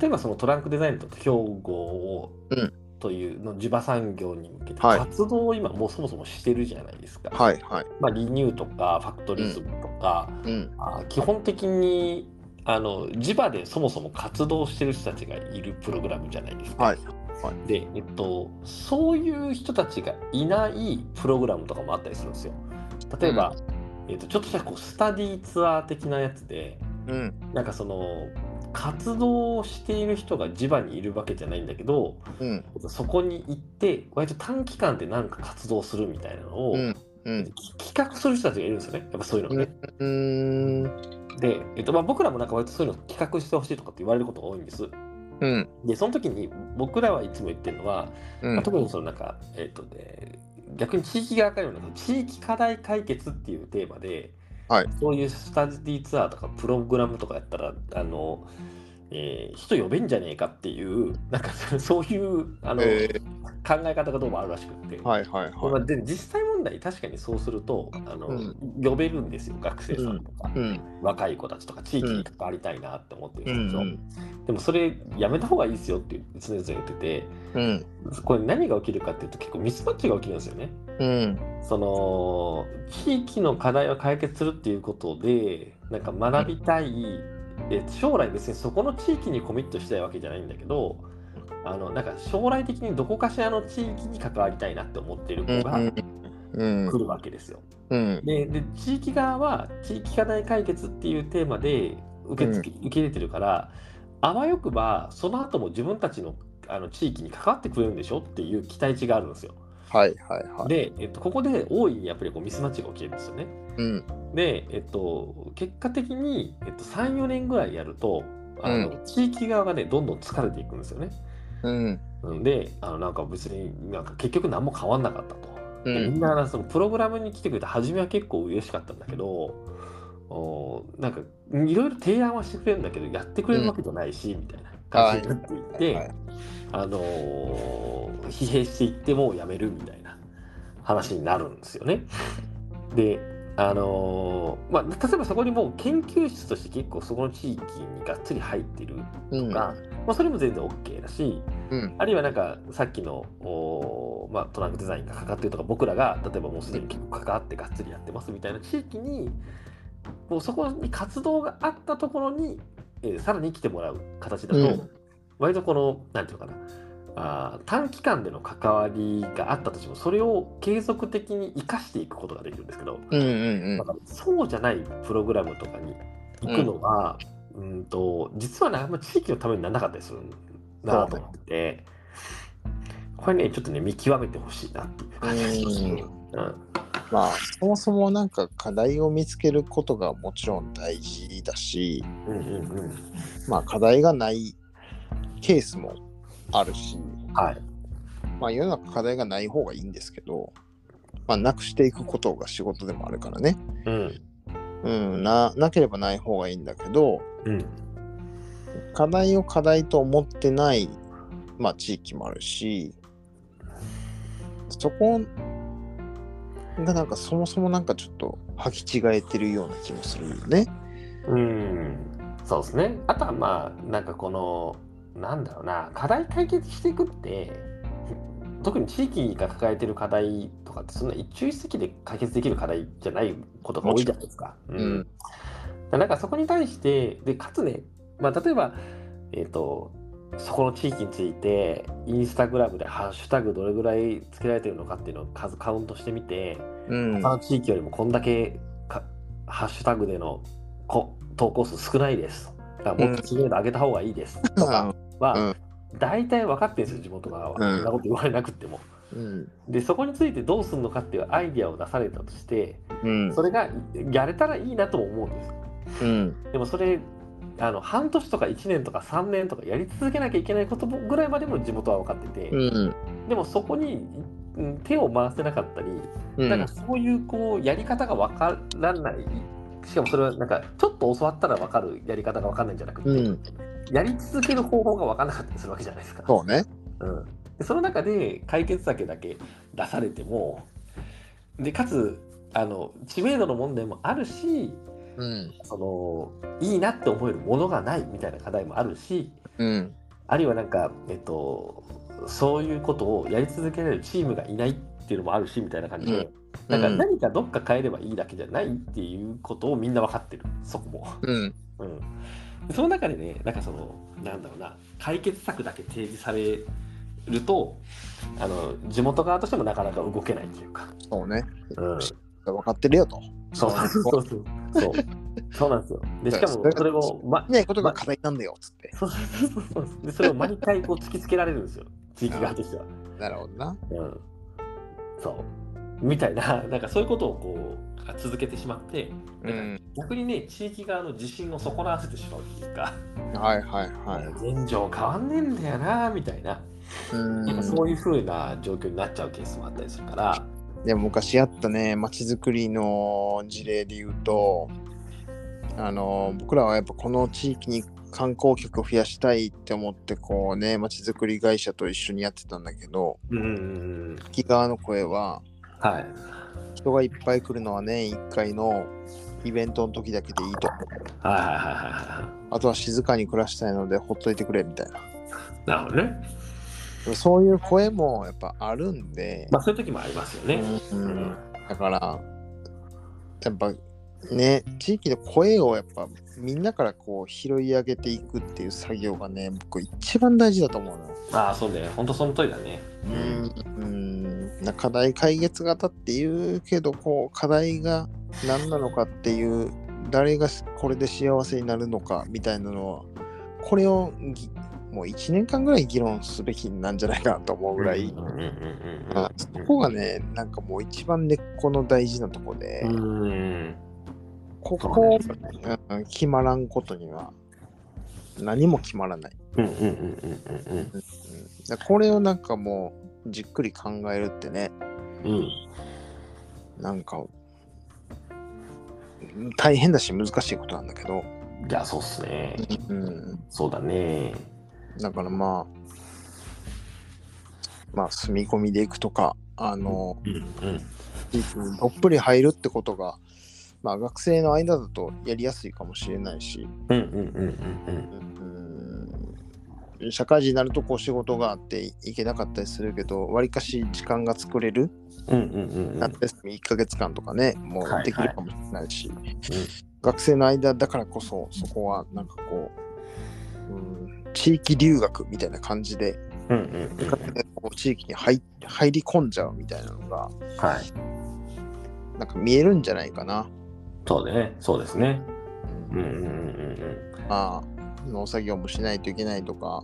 Speaker 1: 例えばそのトランクデザインと標語を、
Speaker 2: うん
Speaker 1: というの地場産業に向けて
Speaker 2: はい
Speaker 1: 活動を今もうそもそもしてるじゃないですか。
Speaker 2: はいはい。
Speaker 1: まあ、リニューとかファクトリズムとか、
Speaker 2: うん
Speaker 1: あー基本的にあの地場でそもそも活動してる人たちがいるプログラムじゃないですか。
Speaker 2: はいはい
Speaker 1: で、えっと、そういう人たちがいないプログラムとかもあったりするんですよ。例えば、えっと、ちょっとしたこうスタディーツアー的なやつで、
Speaker 2: うん
Speaker 1: なんかその活動をしている人が地場にいるわけじゃないんだけど
Speaker 2: うん
Speaker 1: そこに行って割と短期間で何か活動するみたいなのを、
Speaker 2: うんうん
Speaker 1: き企画する人たちがいるんですよねやっぱそういうのね。
Speaker 2: うーん
Speaker 1: で、えっとまあ、僕らもなんか割とそういうの企画してほしいとかって言われることが多いんです。
Speaker 2: うん
Speaker 1: でその時に僕らはいつも言ってるのは、
Speaker 2: う
Speaker 1: まあ
Speaker 2: ん
Speaker 1: 特にそのなんか、えっとね、逆に地域が明るいのが地域課題解決っていうテーマで、
Speaker 2: はい
Speaker 1: そういうスタディツアーとかプログラムとかやったらあの、えー人呼べんじゃねえかっていうなんか そういうあの、
Speaker 2: え
Speaker 1: 考え方がどうもあるらしくって、
Speaker 2: ーはいはい
Speaker 1: まあ
Speaker 2: はい
Speaker 1: で実際問題確かにそうするとあの、
Speaker 2: うん
Speaker 1: 呼べるんですよ学生さんとか、
Speaker 2: うん
Speaker 1: 若い子たちとか地域に関わりたいなって思ってる人
Speaker 2: う
Speaker 1: たちを、
Speaker 2: ん
Speaker 1: でもそれやめた方がいいですよって常々言ってて。
Speaker 2: うん
Speaker 1: これ何が起きるかっていうと結構ミスマッチが起きるんですよね。
Speaker 2: うん
Speaker 1: その地域の課題を解決するっていうことでなんか学びたい、え将来別にそこの地域にコミットしたいわけじゃないんだけどあのなんか将来的にどこかしらの地域に関わりたいなって思ってる子が
Speaker 2: うん
Speaker 1: 来るわけですよ。
Speaker 2: うん
Speaker 1: でで地域側は地域課題解決っていうテーマで受け付け受け入れてるから、あわよくばその後も自分たちのあの地域に関わってくれるんでしょっていう期待値があるんですよ。
Speaker 2: はいはいはい
Speaker 1: で、えっと、ここで大いにやっぱりこうミスマッチが起きるんですよね。
Speaker 2: うん
Speaker 1: で、えっと、結果的に、えっと、3、4年ぐらいやるとあの、
Speaker 2: う
Speaker 1: 地域側がねどんどん疲れていくんですよね。
Speaker 2: うん
Speaker 1: うんであのなんか別になんか結局何も変わんなかったと。
Speaker 2: う
Speaker 1: でみん
Speaker 2: ん
Speaker 1: なそのプログラムに来てくれて初めは結構嬉しかったんだけどおーなんかいろいろ提案はしてくれるんだけどやってくれるわけじゃないし、みたいな感じになっていって、
Speaker 2: はいはい
Speaker 1: あのー疲弊していってもうやめるみたいな話になるんですよね。であのーまあ、例えばそこにもう研究室として結構そこの地域にがっつり入ってる
Speaker 2: うん
Speaker 1: とか、まあ、それも全然 OK だし、
Speaker 2: うん
Speaker 1: あるいはなんかさっきのおー、まあ、トランクデザインがかかってるとか僕らが例えばもうすでに結構関わってがっつりやってますみたいな地域にもうそこに活動があったところに、えーさらに来てもらう形だと、
Speaker 2: うん
Speaker 1: 割とこのなんていうのかなあー短期間での関わりがあったとしてもそれを継続的に生かしていくことができるんですけど、
Speaker 2: うんうん
Speaker 1: なんかそうじゃないプログラムとかに行くのは、うん、と実はねあんま地域のためにならなかったりするなと思っててこれねちょっとね見極めてほしいなっていう感じがしますねうん
Speaker 2: まあそもそもなんか課題を見つけることがもちろん大事だし
Speaker 1: うんうんうん
Speaker 2: まあ課題がないケースもあるし
Speaker 1: はい
Speaker 2: まあ世の中課題がない方がいいんですけどまあなくしていくことが仕事でもあるからね
Speaker 1: うん
Speaker 2: うんななければない方がいいんだけど
Speaker 1: うん
Speaker 2: 課題を課題と思ってない、まあ、地域もあるしそこがなんかそもそもなんかちょっと履き違えてるような気もするよね。
Speaker 1: うんそうですねあとはまあなんかこのなんだろうな課題解決していくって特に地域が抱えてる課題とかってそんな一朝一夕で解決できる課題じゃないことが多いじゃないですか。う
Speaker 2: うん
Speaker 1: んなんかそこに対してでかつね、まあ、例えば、えー、とそこの地域についてインスタグラムでハッシュタグどれぐらいつけられてるのかっていうのを数カウントしてみて
Speaker 2: うん
Speaker 1: 他の地域よりもこんだけかハッシュタグでのこ投稿数少ないですだからもっと知名度上げた方がいいですとか
Speaker 2: う
Speaker 1: は
Speaker 2: ん
Speaker 1: 大体分かってるんですよ地元側は。そ
Speaker 2: うん
Speaker 1: んなこと言われなくっても。
Speaker 2: うん
Speaker 1: でそこについてどうするのかっていうアイディアを出されたとして
Speaker 2: うん
Speaker 1: それがやれたらいいなとも思うんです。
Speaker 2: うん
Speaker 1: でもそれあの半年とか1年とか3年とかやり続けなきゃいけないことぐらいまでも地元は分かってて、
Speaker 2: うん
Speaker 1: でもそこにうん手を回せなかったり、
Speaker 2: うん
Speaker 1: なんかそういうこうやり方が分からないしかもそれはなんかちょっと教わったら分かるやり方が分かんないんじゃなくて、
Speaker 2: うん
Speaker 1: やり続ける方法が分からなかったりするわけじゃないですか。
Speaker 2: そうね。
Speaker 1: うん、でその中で解決策だけ出されてもでかつあの知名度の問題もあるし
Speaker 2: うん
Speaker 1: そのいいなって思えるものがないみたいな課題もあるし
Speaker 2: うん
Speaker 1: あるいはなんか、えっと、そういうことをやり続けられるチームがいないっていうのもあるしみたいな感じで、
Speaker 2: うん
Speaker 1: なんか何かどっか変えればいいだけじゃないっていうことをみんな分かってるそこも。
Speaker 2: うん
Speaker 1: うん、その中でねなんかそのなんだろうな解決策だけ提示されるとあの地元側としてもなかなか動けないっていうか、
Speaker 2: そうね。
Speaker 1: うん、そう
Speaker 2: 分かってるよと。
Speaker 1: そうそうそうそうなんですよでしかもそれを、ま、
Speaker 2: ねえことが課題なんだよ、つって。
Speaker 1: そうそうそうそうそうでそれを毎回こう突きつけられるんですよ地域側としては。
Speaker 2: なるほどな。
Speaker 1: うん、そうみたいななんかそういうことをこう続けてしまって
Speaker 2: う
Speaker 1: なんか
Speaker 2: ん。
Speaker 1: 逆にね地域側の自信を損なわせてしまうっていうか、
Speaker 2: はいはいはい。
Speaker 1: 現状変わんねえんだよなみたいな,、
Speaker 2: うん
Speaker 1: なんかそういう風な状況になっちゃうケースもあったりするから
Speaker 2: でも昔あったね、まちづくりの事例で言うと、あの、僕らはやっぱこの地域に観光客を増やしたいって思って、こうね、まちづくり会社と一緒にやってたんだけど、
Speaker 1: うんうんうん
Speaker 2: 木側の声は、
Speaker 1: はい
Speaker 2: 人がいっぱい来るのは年1回のイベントの時だけでいいと。
Speaker 1: はいはいはいは
Speaker 2: あとは静かに暮らしたいのでほっといてくれみたいな。
Speaker 1: いなるほどね
Speaker 2: そういう声もやっぱあるんで、
Speaker 1: まあそういう時もありますよね、
Speaker 2: うん
Speaker 1: うん
Speaker 2: だから、やっぱね、地域の声をやっぱみんなからこう拾い上げていくっていう作業がね、僕一番大事だと思うのよ。
Speaker 1: ああそうね本当その通りだね
Speaker 2: うん、な課題解決型っていうけどこう課題が何なのかっていう誰がこれで幸せになるのかみたいなのはこれをぎもう1年間ぐらい議論すべきなんじゃないかなと思うぐらい、
Speaker 1: うんうんうんうんうん
Speaker 2: あそこがねなんかもう一番根っこの大事なとこで、
Speaker 1: うん
Speaker 2: ここ
Speaker 1: そうね
Speaker 2: うん決まらんことには何も決まらない。
Speaker 1: うんうんうんうんうん
Speaker 2: うんだからこれをなんかもうじっくり考えるってね
Speaker 1: うんうん
Speaker 2: なんか、大変だし難しいことなんだけど、
Speaker 1: いや、そうっすね。
Speaker 2: うん、
Speaker 1: そうだね。
Speaker 2: だからまあ、まあ、住み込みで行くとか、あの、
Speaker 1: うんうん。
Speaker 2: 地域にどっぷり入るってことが、まあ、学生の間だとやりやすいかもしれないし、
Speaker 1: うんうんうん
Speaker 2: うん、社会人になるとこう仕事があって行けなかったりするけど、わりかし時間が作れる、
Speaker 1: うんうん。うんうんうんうん。
Speaker 2: 夏休み1ヶ月間とかね、も
Speaker 1: はいう
Speaker 2: できるかもしれないし、学生の間だからこそ、そこはなんかこう、うん、地域留学みたいな感じで、
Speaker 1: うんうんうん。
Speaker 2: こう地域に入入り込んじゃうみたいなのが、
Speaker 1: はい。
Speaker 2: なんか見えるんじゃないかな。
Speaker 1: そうだね。そうですね。
Speaker 2: う
Speaker 1: うんう
Speaker 2: ん
Speaker 1: んうん
Speaker 2: まあ、農作業もしないといけないとか、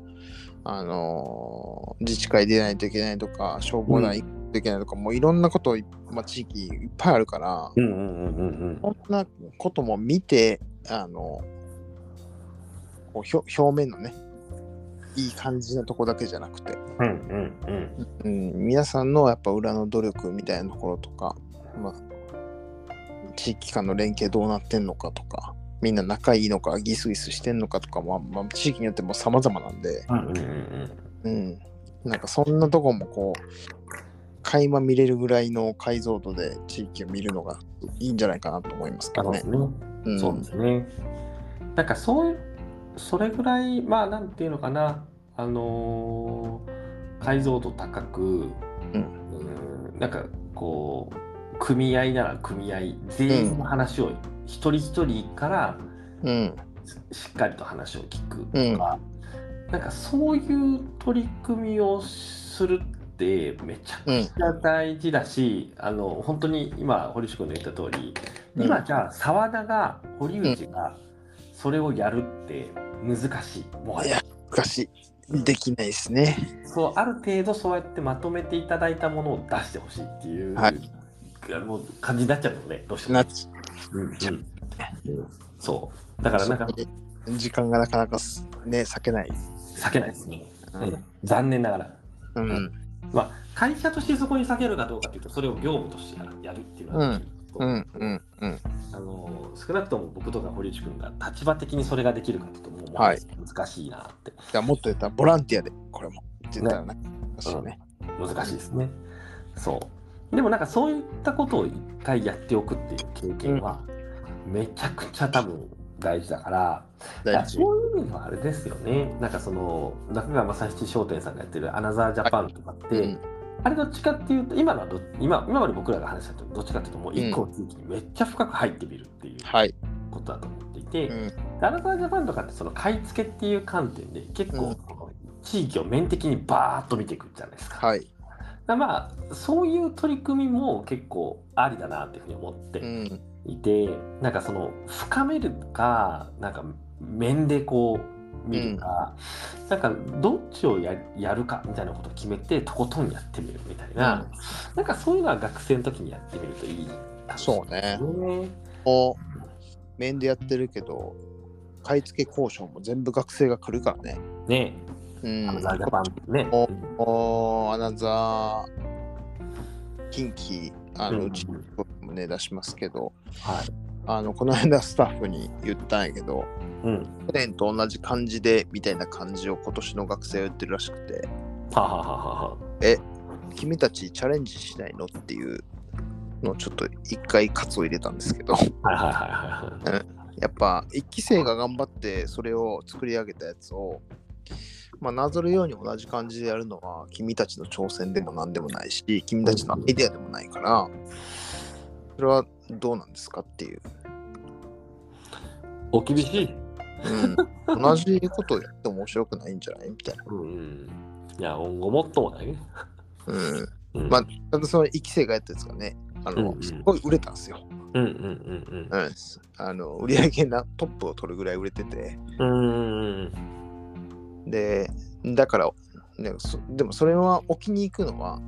Speaker 2: あのー自治会出ないといけないとか、消防団行かないといけないとか、もういろんなことい、まあ、地域いっぱいあるから、
Speaker 1: うんうん。うんうんうんうん
Speaker 2: こんなことも見て、あの、こうひょ表面のね、いい感じのとこだけじゃなくて、
Speaker 1: うん。うんうんうん。
Speaker 2: うん、皆さんのやっぱ裏の努力みたいなところとか、まあ、地域間の連携どうなってんのかとか、みんな仲いいのか、ギスギスしてんのかとかも、まあ、地域によっても様々なんで、
Speaker 1: うんうんうん
Speaker 2: うん、なんかそんなとこもこう、垣間見れるぐらいの解像度で地域を見るのがいいんじゃないかなと思いますけ
Speaker 1: あ
Speaker 2: ど
Speaker 1: そうです。
Speaker 2: ね
Speaker 1: ね。
Speaker 2: うん
Speaker 1: そうですね。なんかそういう、それぐらい、まあなんていうのかな、あのー解像度高く、
Speaker 2: う
Speaker 1: うんなんかこう、組合なら組合、全員の話を一人一人から
Speaker 2: うん
Speaker 1: しっかりと話を聞くとか、なんかそういう取り組みをするってめちゃく
Speaker 2: うん
Speaker 1: ちゃ大事だし、あの本当に今堀内君の言った通り、今じゃあ澤田が堀内がそれをやるって難しい、もはいや
Speaker 2: や難しいできないですね。
Speaker 1: そうある程度そうやってまとめていただいたものを出してほしいっていう、
Speaker 2: はい
Speaker 1: もう感じになっちゃうのねどうしても、
Speaker 2: なっち
Speaker 1: うんうん
Speaker 2: ちゃう
Speaker 1: うんそうだからなんか
Speaker 2: 時間がなかなかすね避けない。
Speaker 1: 避けないですね、
Speaker 2: う
Speaker 1: うんん、残念ながら
Speaker 2: うん
Speaker 1: まあ会社としてそこに避けるかどうかっていうとそれを業務としてやるやるっていうのは、
Speaker 2: うんうんうん
Speaker 1: あの少なくとも僕とか堀内君が立場的にそれができるかっていうともう
Speaker 2: はい
Speaker 1: 難しいなって、
Speaker 2: じゃあもっと言ったらボランティアでこれも絶対ね。そうね。
Speaker 1: 難しいですね。そう。でもなんかそういったことを一回やっておくっていう経験はめちゃくちゃ多分大事だから、いや
Speaker 2: 大事。
Speaker 1: そういう意味ではあれですよね。なんかその中川正七商店さんがやってるアナザージャパンとかって、
Speaker 2: うん
Speaker 1: あれどっちかっていうと今のはど今今まで僕らが話したとどっちかっていうともう一個の地域にめっちゃ深く入ってみるっていう
Speaker 2: はい。
Speaker 1: ことだと思っていて、
Speaker 2: うん
Speaker 1: アナザージャパンとかってその買い付けっていう観点で結
Speaker 2: う
Speaker 1: 構
Speaker 2: ん
Speaker 1: この地域を面的にバーッと見ていくじゃないですか。
Speaker 2: はい。
Speaker 1: だまあそういう取り組みも結構ありだなっていうふうに思って
Speaker 2: うん。
Speaker 1: いて、なんかその深めるかなんか面でこう見るか、なんかどっちをややるかみたいなことを決めてとことんやってみるみたいな、なんかそういうのは学生の時にやってみるといいかもしれ
Speaker 2: そう
Speaker 1: ない
Speaker 2: ね。
Speaker 1: ですね。
Speaker 2: もう、面でやってるけど、買い付け交渉も全部学生が来るからね。
Speaker 1: ね
Speaker 2: う
Speaker 1: え、
Speaker 2: ん
Speaker 1: あの。ザ・ジャパンね。
Speaker 2: おおアナザー、近畿、あの、うち
Speaker 1: うん
Speaker 2: もね、出しますけど、
Speaker 1: はい。
Speaker 2: あの、この間スタッフに言ったんやけど、
Speaker 1: うん。
Speaker 2: 去年と同じ感じで、みたいな感じを今年の学生は言ってるらしくて、
Speaker 1: ははははは。
Speaker 2: 君たちチャレンジしないのっていうのをちょっと一回喝を入れたんですけど、
Speaker 1: はいはいはいはいはい。
Speaker 2: やっぱ一期生が頑張ってそれを作り上げたやつを、まあ、なぞるように同じ感じでやるのは君たちの挑戦でも何でもないし君たちのアイデアでもないからそれはどうなんですかっていう、
Speaker 1: お厳しい。
Speaker 2: うん、同じことをやっても面白くないんじゃないみたいな、
Speaker 1: うんうん。いや、今後もっともだね。
Speaker 2: うん、
Speaker 1: うん
Speaker 2: まあただその一期生がやったやつがねあの、
Speaker 1: うんうん
Speaker 2: すっごい売れたんですよ、
Speaker 1: うんうんうん
Speaker 2: うん、あの売り上げなトップを取るぐらい売れてて
Speaker 1: うん。うんうん
Speaker 2: でだから、ね、そでもそれは置きに行くのは、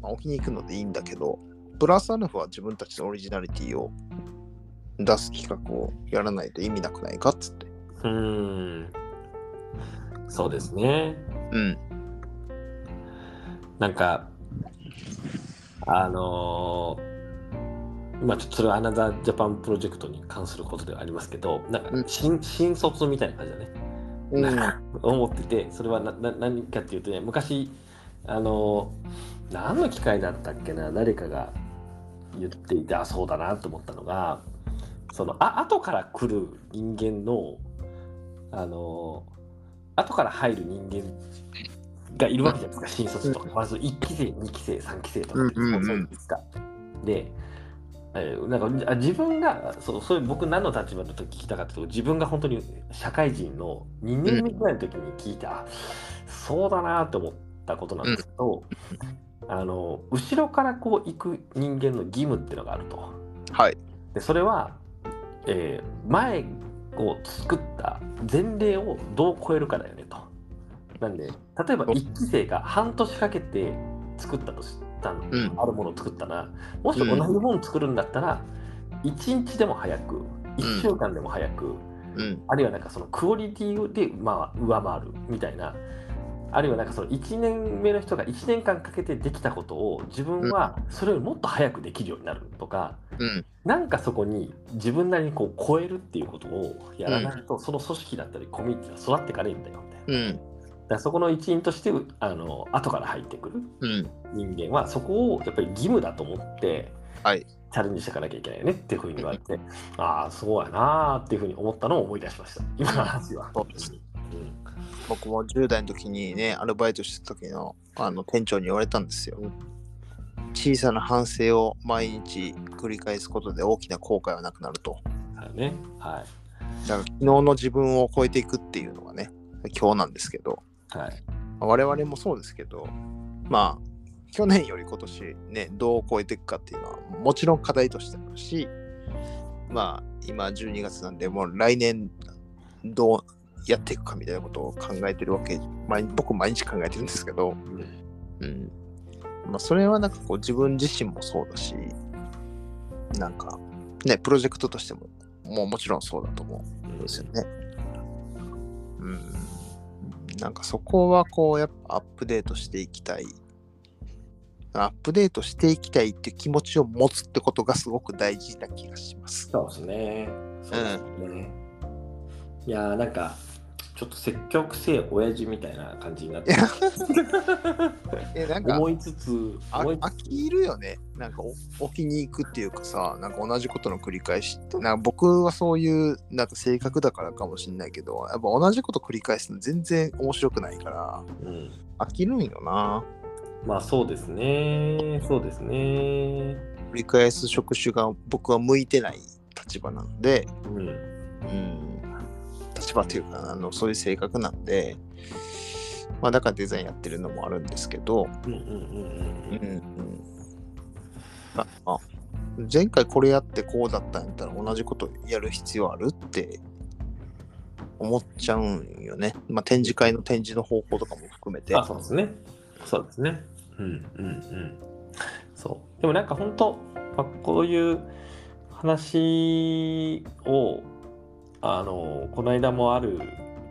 Speaker 2: まあ、置きに行くのでいいんだけどプラスアルファは自分たちのオリジナリティを出す企画をやらないと意味なくないかっつって
Speaker 1: うん。うん。そうですね。
Speaker 2: うん
Speaker 1: なんか、あのー、まあちょっとそれはアナザージャパンプロジェクトに関することではありますけど、なんか
Speaker 2: うん
Speaker 1: 新,、新卒みたいな感じだね。
Speaker 2: うん
Speaker 1: 思っててそれはなな何かっていうとね昔あの何の機会だったっけな誰かが言っていてあそうだなと思ったのがそのあ後から来る人間のあの後から入る人間がいるわけじゃないですか新卒とかまず1期生2期生3期生とかって
Speaker 2: うんうんうん
Speaker 1: そうじゃないですか。でえーなんかあ自分がそうそういう僕何の立場の時聞きたかったけど自分が本当に社会人の2年目ぐらいの時に聞いた、あそうだなと思ったことなんですけど、あの後ろからこう行く人間の義務っていうのがあると
Speaker 2: はい
Speaker 1: でそれは、えー前を作った前例をどう超えるかだよねとなんで例えば1期生が半年かけて作ったとしたの
Speaker 2: うん
Speaker 1: あるものを作ったら、もし同じもの作るんだったら、1日でも早く、1週間でも早く、
Speaker 2: うん
Speaker 1: あるいはなんかそのクオリティでまあ上回るみたいな、あるいはなんかその1年目の人が1年間かけてできたことを、自分はそれよりもっと早くできるようになるとか、
Speaker 2: うん
Speaker 1: なんかそこに自分なりにこう超えるっていうことをやらないと、その組織だったりコミュニティは育っていかないんだよみたいな。
Speaker 2: うん
Speaker 1: だからそこの一員としてあの後から入ってくる
Speaker 2: うん
Speaker 1: 人間はそこをやっぱり義務だと思って、
Speaker 2: はい
Speaker 1: チャレンジしていかなきゃいけないよねっていうふうに言われ て、ああそうやなーっていうふうに思ったのを思い出しました今の話は。
Speaker 2: そうです僕も10代の時にねアルバイトしてた時のあの店長に言われたんですよ小さな反省を毎日繰り返すことで大きな後悔はなくなると
Speaker 1: うんだよねは
Speaker 2: だから昨日の自分を超えていくっていうのがね今日なんですけど
Speaker 1: いはい
Speaker 2: 我々もそうですけどまあ去年より今年ねどう超えていくかっていうのはもちろん課題としてあるしまあ今12月なんでもう来年どうやっていくかみたいなことを考えてるわけ毎僕毎日考えてるんですけど、うんまあ、それはなんかこう自分自身もそうだしなんかねプロジェクトとしてももうもちろんそうだと思うそうですよね。うん。なんかそこはこう、やっぱアップデートしていきたい。アップデートしていきたいっていう気持ちを持つってことがすごく大事な気がします。
Speaker 1: そうですねそうですね、いやーなんかちょっと積極性親父みたいな感じになって
Speaker 2: え、なん か、
Speaker 1: 思いつつ
Speaker 2: あ
Speaker 1: 思い
Speaker 2: 飽
Speaker 1: つつ
Speaker 2: きるよね。なんかお、置きに行くっていうかさ、なんか同じことの繰り返しって、なんか僕はそういう、なんか性格だからかもしんないけど、やっぱ同じこと繰り返すの全然面白くないか
Speaker 1: うん
Speaker 2: ら、飽きるんよな。
Speaker 1: まあそうですねそうですね
Speaker 2: 繰り返す職種が僕は向いてない立場なので、
Speaker 1: うん
Speaker 2: うん、立場というかあのそういう性格なんでまあ、だからデザインやってるのもあるんですけど、
Speaker 1: うんうんうんうん。
Speaker 2: まあ、前回これやってこうだったんやったら同じことやる必要あるって思っちゃうんよね。まあ、展示会の展示の方法とかも含めて。
Speaker 1: あ、そうですね。そうですね。うんうんうん。そう。でもなんか本当、まあこういう話を、あの、この間もある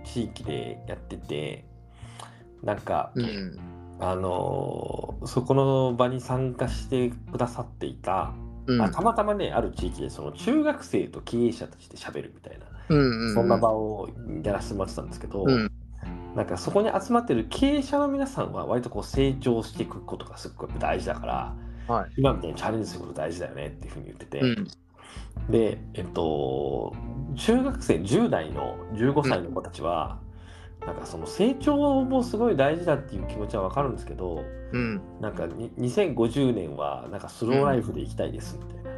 Speaker 1: 地域でやってて、なんか、
Speaker 2: うん。
Speaker 1: あのそこの場に参加してくださっていた、
Speaker 2: うん。
Speaker 1: あたまたまねある地域でその中学生と経営者たちで喋るみたいな、
Speaker 2: うんうん、
Speaker 1: そんな場をやらせてもらってたんですけど、
Speaker 2: うん
Speaker 1: なんかそこに集まってる経営者の皆さんは割とこう成長していくことがすっごい大事だから、
Speaker 2: はい
Speaker 1: 今みたいにチャレンジすること大事だよねっていうふうに言ってて、
Speaker 2: うん。
Speaker 1: で、えっと、中学生10代の15歳の子たちは、なんかその成長もすごい大事だっていう気持ちはわかるんですけど
Speaker 2: うん。
Speaker 1: なんかに2050年はなんかスローライフで行きたいですみたいな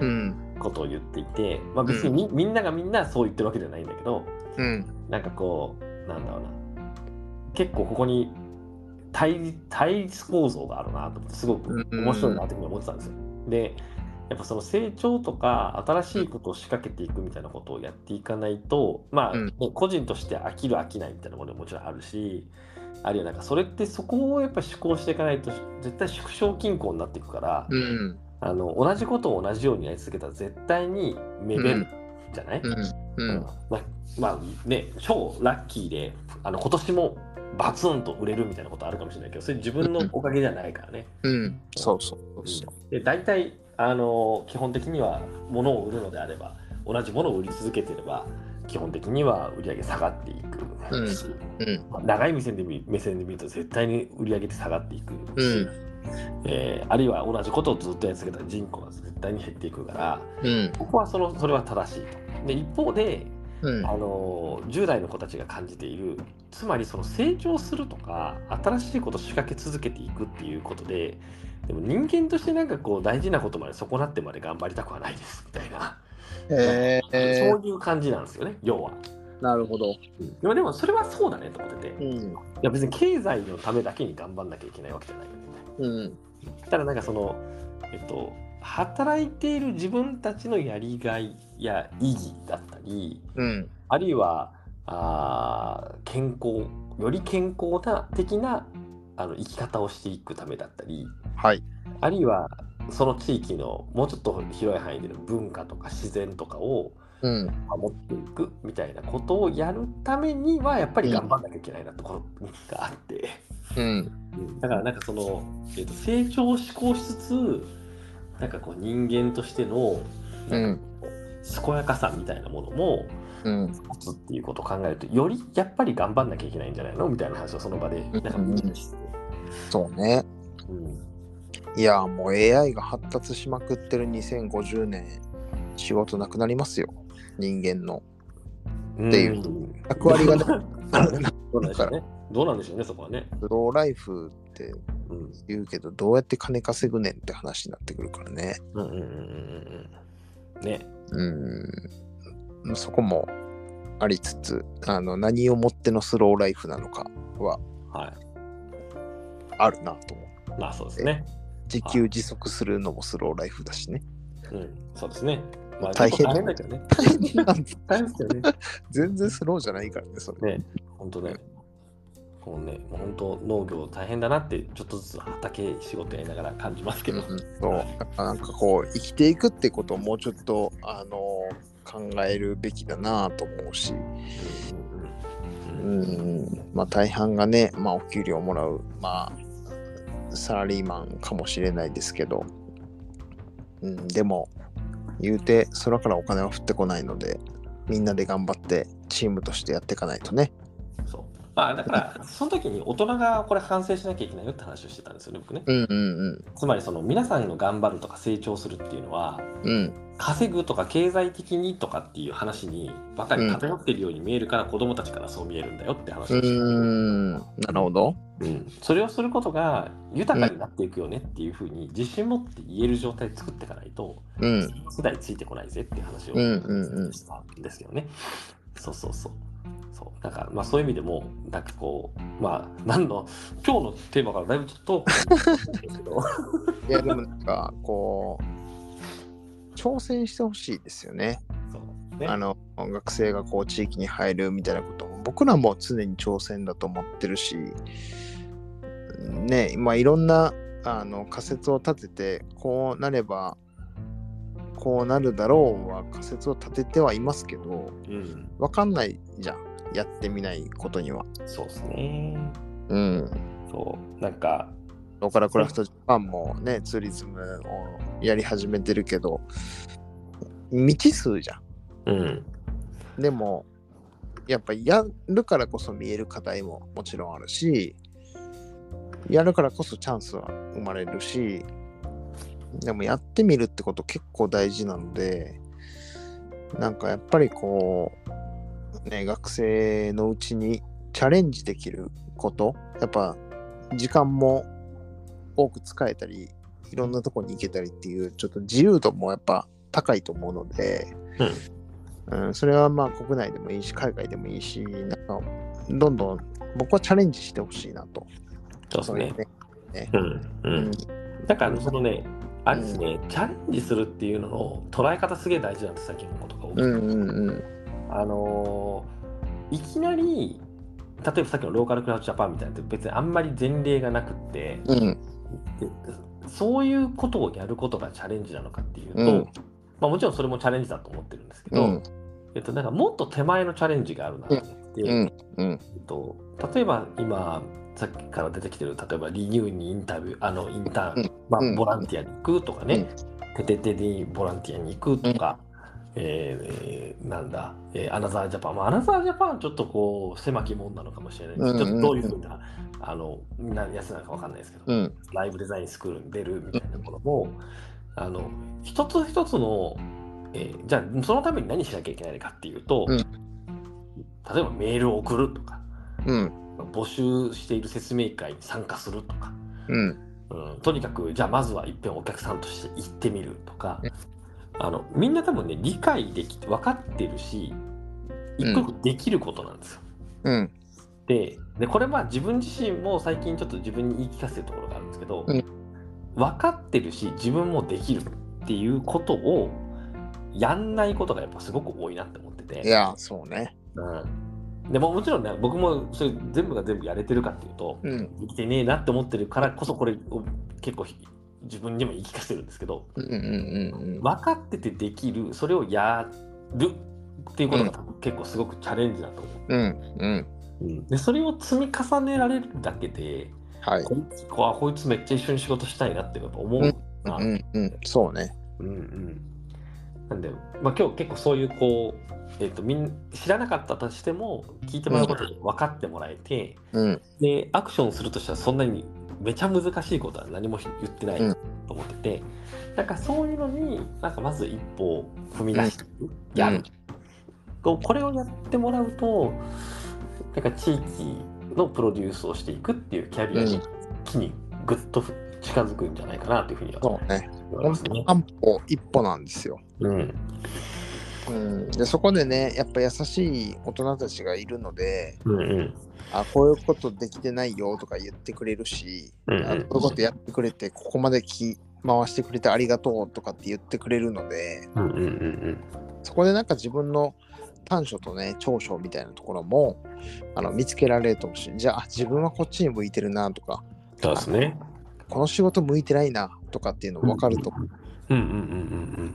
Speaker 2: うん。
Speaker 1: ことを言っていて、まあ、別にみ,、ん、みんながみんなそう言ってるわけじゃないんだけど
Speaker 2: うん。
Speaker 1: なんかこうなんだろうな結構ここに対対立構造があるなと思ってすごく面白いなというふうに思ってたんですよ。でやっぱその成長とか新しいことを仕掛けていくみたいなことをやっていかないとまあ、
Speaker 2: うん
Speaker 1: ね個人として飽きる飽きないみたいなものももちろんあるしあるいはなんかそれってそこをやっぱ思考していかないと絶対縮小均衡になっていくから、
Speaker 2: うん。
Speaker 1: あの同じことを同じようにやり続けたら絶対にめべるじゃない、
Speaker 2: うん。う
Speaker 1: うん
Speaker 2: ん。
Speaker 1: ままあね超ラッキーであの今年もバツンと売れるみたいなことあるかもしれないけどそれ自分のおかげじゃないからね。
Speaker 2: うん。そうそうそうそ
Speaker 1: で大体あの基本的には物を売るのであれば同じものを売り続けてれば基本的には売り上げ下がっていくし、
Speaker 2: う。うん。
Speaker 1: まあ長い目線で見目線で見ると絶対に売り上げって下がっていくし、
Speaker 2: うん
Speaker 1: えーあるいは同じことをずっとやり続けたら人口が絶対に減っていくから
Speaker 2: うん。
Speaker 1: ここはそのそれは正しいと。で一方で
Speaker 2: うん。
Speaker 1: あの10代の子たちが感じているつまりその成長するとか新しいことを仕掛け続けていくっていうことででも人間としてなんかこう大事なことまで損なってまで頑張りたくはないですみたいな、
Speaker 2: ええ
Speaker 1: そういう感じなんですよね要は。
Speaker 2: なるほど。
Speaker 1: うんでもでもそれはそうだねと思ってて
Speaker 2: う
Speaker 1: い
Speaker 2: ん。
Speaker 1: や別に経済のためだけに頑張んなきゃいけないわけじゃないよねみたいな。
Speaker 2: うん。
Speaker 1: ただなんかそのえっと働いている自分たちのやりがいや意義だったり
Speaker 2: うん。
Speaker 1: あるいはあー健康より健康な的なあの生き方をしていくためだったり
Speaker 2: はい。
Speaker 1: あるいはその地域のもうちょっと広い範囲での文化とか自然とかを
Speaker 2: うん。
Speaker 1: 守っていくみたいなことをやるためにはやっぱり頑張んなきゃいけないなところがあって、
Speaker 2: うん。
Speaker 1: だからなんかその、えっと成長を志向しつつなんかこう人間としての
Speaker 2: うん。
Speaker 1: 健やかさみたいなものも
Speaker 2: うん。
Speaker 1: 持つっていうことを考えるとよりやっぱり頑張んなきゃいけないんじゃないのみたいな話をその場でなんか見てして、
Speaker 2: そうね。
Speaker 1: うん
Speaker 2: いや、もう AI が発達しまくってる2050年、仕事なくなりますよ。人間の。
Speaker 1: うん、
Speaker 2: っていう役割がなく
Speaker 1: どうなんでしょうねどうなんでしょうねそこはね、
Speaker 2: スローライフって
Speaker 1: うん、
Speaker 2: 言うけど、どうやって金稼ぐねんって話になってくるからね。
Speaker 1: うんうんうんうんうんね
Speaker 2: うん。そこもありつつ、あの、何をもってのスローライフなのかは
Speaker 1: は
Speaker 2: あるなと思う。
Speaker 1: いまあそうですね
Speaker 2: 自給自足するのもスローライフだ しね。
Speaker 1: うんそうですねまあ
Speaker 2: 大変
Speaker 1: 大変だけどね
Speaker 2: 大変なんだ
Speaker 1: 大変ですけどね
Speaker 2: 全然スローじゃないからね、それ。
Speaker 1: 本当ね、もうね、もう本当農業大変だなって、ちょっとずつ畑仕事やりながら感じますけど、
Speaker 2: うんそうなんかこう生きていくってことをもうちょっとあの考えるべきだなと思うし、
Speaker 1: うんうんうん
Speaker 2: うんまあ、大半がね、まあ、お給料もらう、まあ、サラリーマンかもしれないですけど、うん、でも言うて空からお金は降ってこないのでみんなで頑張ってチームとしてやっていかないとね。
Speaker 1: そうまあ、だから、その時に大人がこれ反省しなきゃいけないよって話をしてたんですよね、僕ね。
Speaker 2: うんうん
Speaker 1: つまり、その皆さんの頑張るとか成長するっていうのは、
Speaker 2: うんうん
Speaker 1: 稼ぐとか経済的にとかっていう話にばかり偏ってるように見えるから、子供たちからそう見えるんだよって話をし
Speaker 2: う
Speaker 1: てた
Speaker 2: んなるほど。
Speaker 1: うん、それをすることが豊かになっていくよねっていうふうに自信持って言える状態作っていかないと、
Speaker 2: うん
Speaker 1: 世代ついてこないぜっていう話を
Speaker 2: うんうんうん
Speaker 1: したんですよね。そうそうそう。そうなんかまあそういう意味でもなんかこうまあ何の今日のテーマからだいぶちょっ とですけど
Speaker 2: いやでもなんかこう挑戦してほしいですよね
Speaker 1: そうね
Speaker 2: あの学生がこう地域に入るみたいなことも僕らも常に挑戦だと思ってるしねまあいろんなあの仮説を立ててこうなればこうなるだろうは仮説を立ててはいますけど
Speaker 1: うん
Speaker 2: 分かんないじゃんやってみないことには
Speaker 1: そうですね
Speaker 2: うん
Speaker 1: そうなんか
Speaker 2: ロカラクラフトジャパンもねツーリズムをやり始めてるけど未知数じゃん
Speaker 1: うん
Speaker 2: でもやっぱやるからこそ見える課題ももちろんあるしやるからこそチャンスは生まれるしでもやってみるってこと結構大事なのでなんかやっぱりこうね学生のうちにチャレンジできることやっぱ時間も多く使えたりいろんなとこに行けたりっていうちょっと自由度もやっぱ高いと思うので、うん、それはまあ国内でもいいし海外でもいいしなんかどんどん僕はチャレンジしてほしいなと
Speaker 1: そうですねうんう
Speaker 2: うんん
Speaker 1: だからそのねあれですね、チャレンジするっていうのの捉え方すげえ大事なんです最近のことが多くて
Speaker 2: うんうんうん
Speaker 1: あのーいきなり例えばさっきのローカルクラウドジャパンみたいなのって別にあんまり前例がなくって
Speaker 2: うん
Speaker 1: でそういうことをやることがチャレンジなのかっていうと、
Speaker 2: うん
Speaker 1: まあ、もちろんそれもチャレンジだと思ってるんですけ
Speaker 2: う
Speaker 1: ど、
Speaker 2: ん
Speaker 1: えっと、なんかもっと手前のチャレンジがあるなと思って、
Speaker 2: う
Speaker 1: え
Speaker 2: んうん
Speaker 1: っと、例えば今さっきから出てきてる例えばリニューにインタビューあのインターン、
Speaker 2: うん
Speaker 1: ま
Speaker 2: うん
Speaker 1: あ、ボランティアに行くとかね、テテテにボランティアに行くとか、えーなんだ、えーアナザージャパン、まあ、アナザージャパンはちょっとこう狭き門なのかもしれないです、
Speaker 2: うんうん
Speaker 1: ち
Speaker 2: うん
Speaker 1: ょっとどういうふうなあのなやつなのかわかんないですけど、
Speaker 2: うん
Speaker 1: ライブデザインスクールに出るみたいなものも、あの一つ一つの、えーじゃあそのために何しなきゃいけないかっていうと、
Speaker 2: うん
Speaker 1: 例えばメールを送るとか
Speaker 2: うん
Speaker 1: 募集している説明会に参加するとか、
Speaker 2: うん
Speaker 1: うん、とにかくじゃあまずはいっぺんお客さんとして行ってみるとか、あのみんな多分ね理解できて分かってるし一個一個できることなんですよ。
Speaker 2: うん
Speaker 1: ででこれは自分自身も最近ちょっと自分に言い聞かせてるところがあるんですけど、
Speaker 2: うん
Speaker 1: 分かってるし自分もできるっていうことをやんないことがやっぱすごく多いなって思ってて。
Speaker 2: いやそうね
Speaker 1: うん、でももちろんね僕もそれ全部が全部やれてるかっていうと
Speaker 2: うん
Speaker 1: できてねえなって思ってるからこそこれを結構ひ自分にも言い聞かせてるんですけど
Speaker 2: うんうん
Speaker 1: 分かっててできるそれをやるっていうことが多分結構すごくチャレンジだと思う。
Speaker 2: うんうんうん
Speaker 1: でそれを積み重ねられるだけで
Speaker 2: はい
Speaker 1: こいつここいつめっちゃ一緒に仕事したいなってやっぱ思う
Speaker 2: う
Speaker 1: な、うん
Speaker 2: んうんそうね
Speaker 1: うんなんで、まあ、今日結構そういうこう、えっとみん知らなかったとしても聞いてもらうことで分かってもらえて、
Speaker 2: うん
Speaker 1: でアクションするとしたらそんなにめちゃ難しいことは何も言ってない
Speaker 2: うん
Speaker 1: と思ってて、なんかそういうのになんかまず一歩踏み出していく、やる、こうこれをやってもらうとなんか地域のプロデュースをしていくっていうキャリア
Speaker 2: うん
Speaker 1: に木にぐっと近づくんじゃないかなというふうには思
Speaker 2: そうね
Speaker 1: い
Speaker 2: 本
Speaker 1: ます
Speaker 2: 当
Speaker 1: ね
Speaker 2: に。半歩一歩なんですよ
Speaker 1: うん
Speaker 2: うんでそこでねやっぱ優しい大人たちがいるので
Speaker 1: うんうん
Speaker 2: あこういうことできてないよとか言ってくれるし、
Speaker 1: うんうん
Speaker 2: あこういうことやってくれてここまでき回してくれてありがとうとかって言ってくれるので
Speaker 1: うんうんうん
Speaker 2: そこでなんか自分の短所とね長所みたいなところもあの見つけられると思うしじゃああ自分はこっちに向いてるなとか
Speaker 1: そうですね。
Speaker 2: この仕事向いてないなとかっていうの分かると思う、
Speaker 1: うんうんうん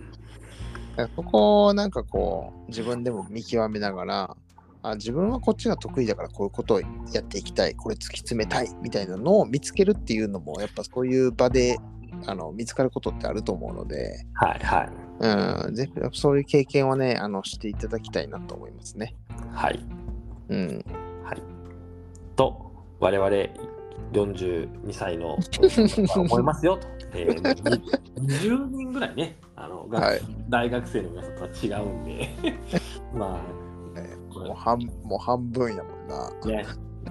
Speaker 2: だからそこをなんかこう自分でも見極めながらあ自分はこっちが得意だからこういうことをやっていきたいこれ突き詰めたいみたいなのを見つけるっていうのもやっぱそういう場であの見つかることってあると思うので、
Speaker 1: はいはい
Speaker 2: うん、ぜひそういう経験をねあのしていただきたいなと思いますね。
Speaker 1: はい。
Speaker 2: うん、
Speaker 1: はい、と我々42歳 のまあ思いますよと、えー、20人ぐらいねあの、が
Speaker 2: はい
Speaker 1: 大学生の皆さんとは違うんで ま
Speaker 2: もう半もう半分やもんな。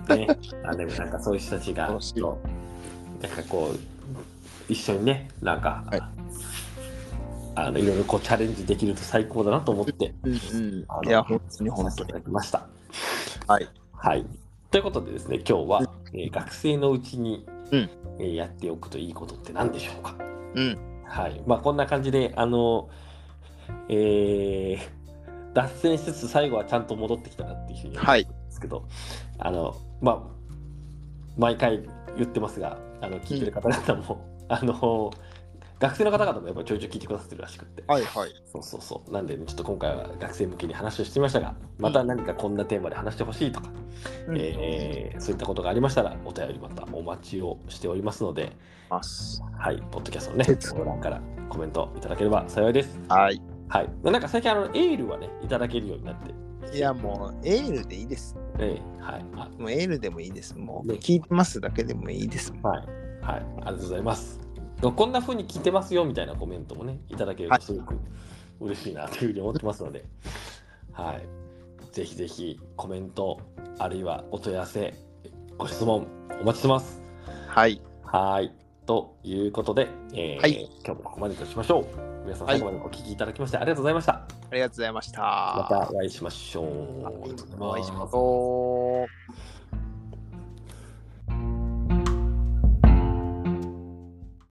Speaker 1: あねねあでもなんかそういう人たちが
Speaker 2: 楽しい
Speaker 1: そうなんかこう一緒にねなんか、
Speaker 2: はい
Speaker 1: あのいろいろこうチャレンジできると最高だなと思って
Speaker 2: うん
Speaker 1: あの
Speaker 2: いや本当に本当
Speaker 1: させてい
Speaker 2: に
Speaker 1: ただきました。
Speaker 2: はい。
Speaker 1: はい。ということでですね、今日は、えー学生のうちに、
Speaker 2: うん
Speaker 1: えーやっておくといいことって何でしょうか。
Speaker 2: うん。
Speaker 1: はい。まあ、こんな感じで、あの、えー脱線しつつ最後はちゃんと戻ってきたなっていうふうに思うん
Speaker 2: はい。
Speaker 1: ですけど、あの、まあ、毎回言ってますが、あの、聞いてる方々も、 あの、学生の方々もやっぱちょいちょい聞いてくださってるらしくって、
Speaker 2: はい。はい。
Speaker 1: そうそうそう。なんで、ちょっと今回は学生向けに話をしてみましたが、また何かこんなテーマで話してほしいとか、えーそういったことがありましたら、お便りまたお待ちをしておりますので、
Speaker 2: ます。
Speaker 1: はい、ポッドキャストのね、
Speaker 2: 鉄
Speaker 1: ご覧からコメントいただければ幸いです。
Speaker 2: はい。
Speaker 1: はい。なんか最近、あの、エールはね、いただけるようになって、
Speaker 2: いや、もう、エールでいいです。
Speaker 1: ええはい。あ
Speaker 2: もう、エールでもいいです。もう、聞いてますだけでもいいです。
Speaker 1: はい。はい。ありがとうございます。こんな風に聞いてますよみたいなコメントもね、いただける
Speaker 2: は
Speaker 1: と
Speaker 2: い
Speaker 1: すごく嬉しいなというふうに思ってますので、はい。ぜひぜひコメント、あるいはお問い合わせ、ご質問お待ちしてます。
Speaker 2: はい。
Speaker 1: はい。ということで、えー
Speaker 2: はい
Speaker 1: 今日もここまでとしましょう。皆さん最後までお聞きいただきましてありがとうございました。
Speaker 2: ありがとうございました。
Speaker 1: またお会いしましょう。
Speaker 2: はい
Speaker 1: ありがとうございます
Speaker 2: お会いしましょう。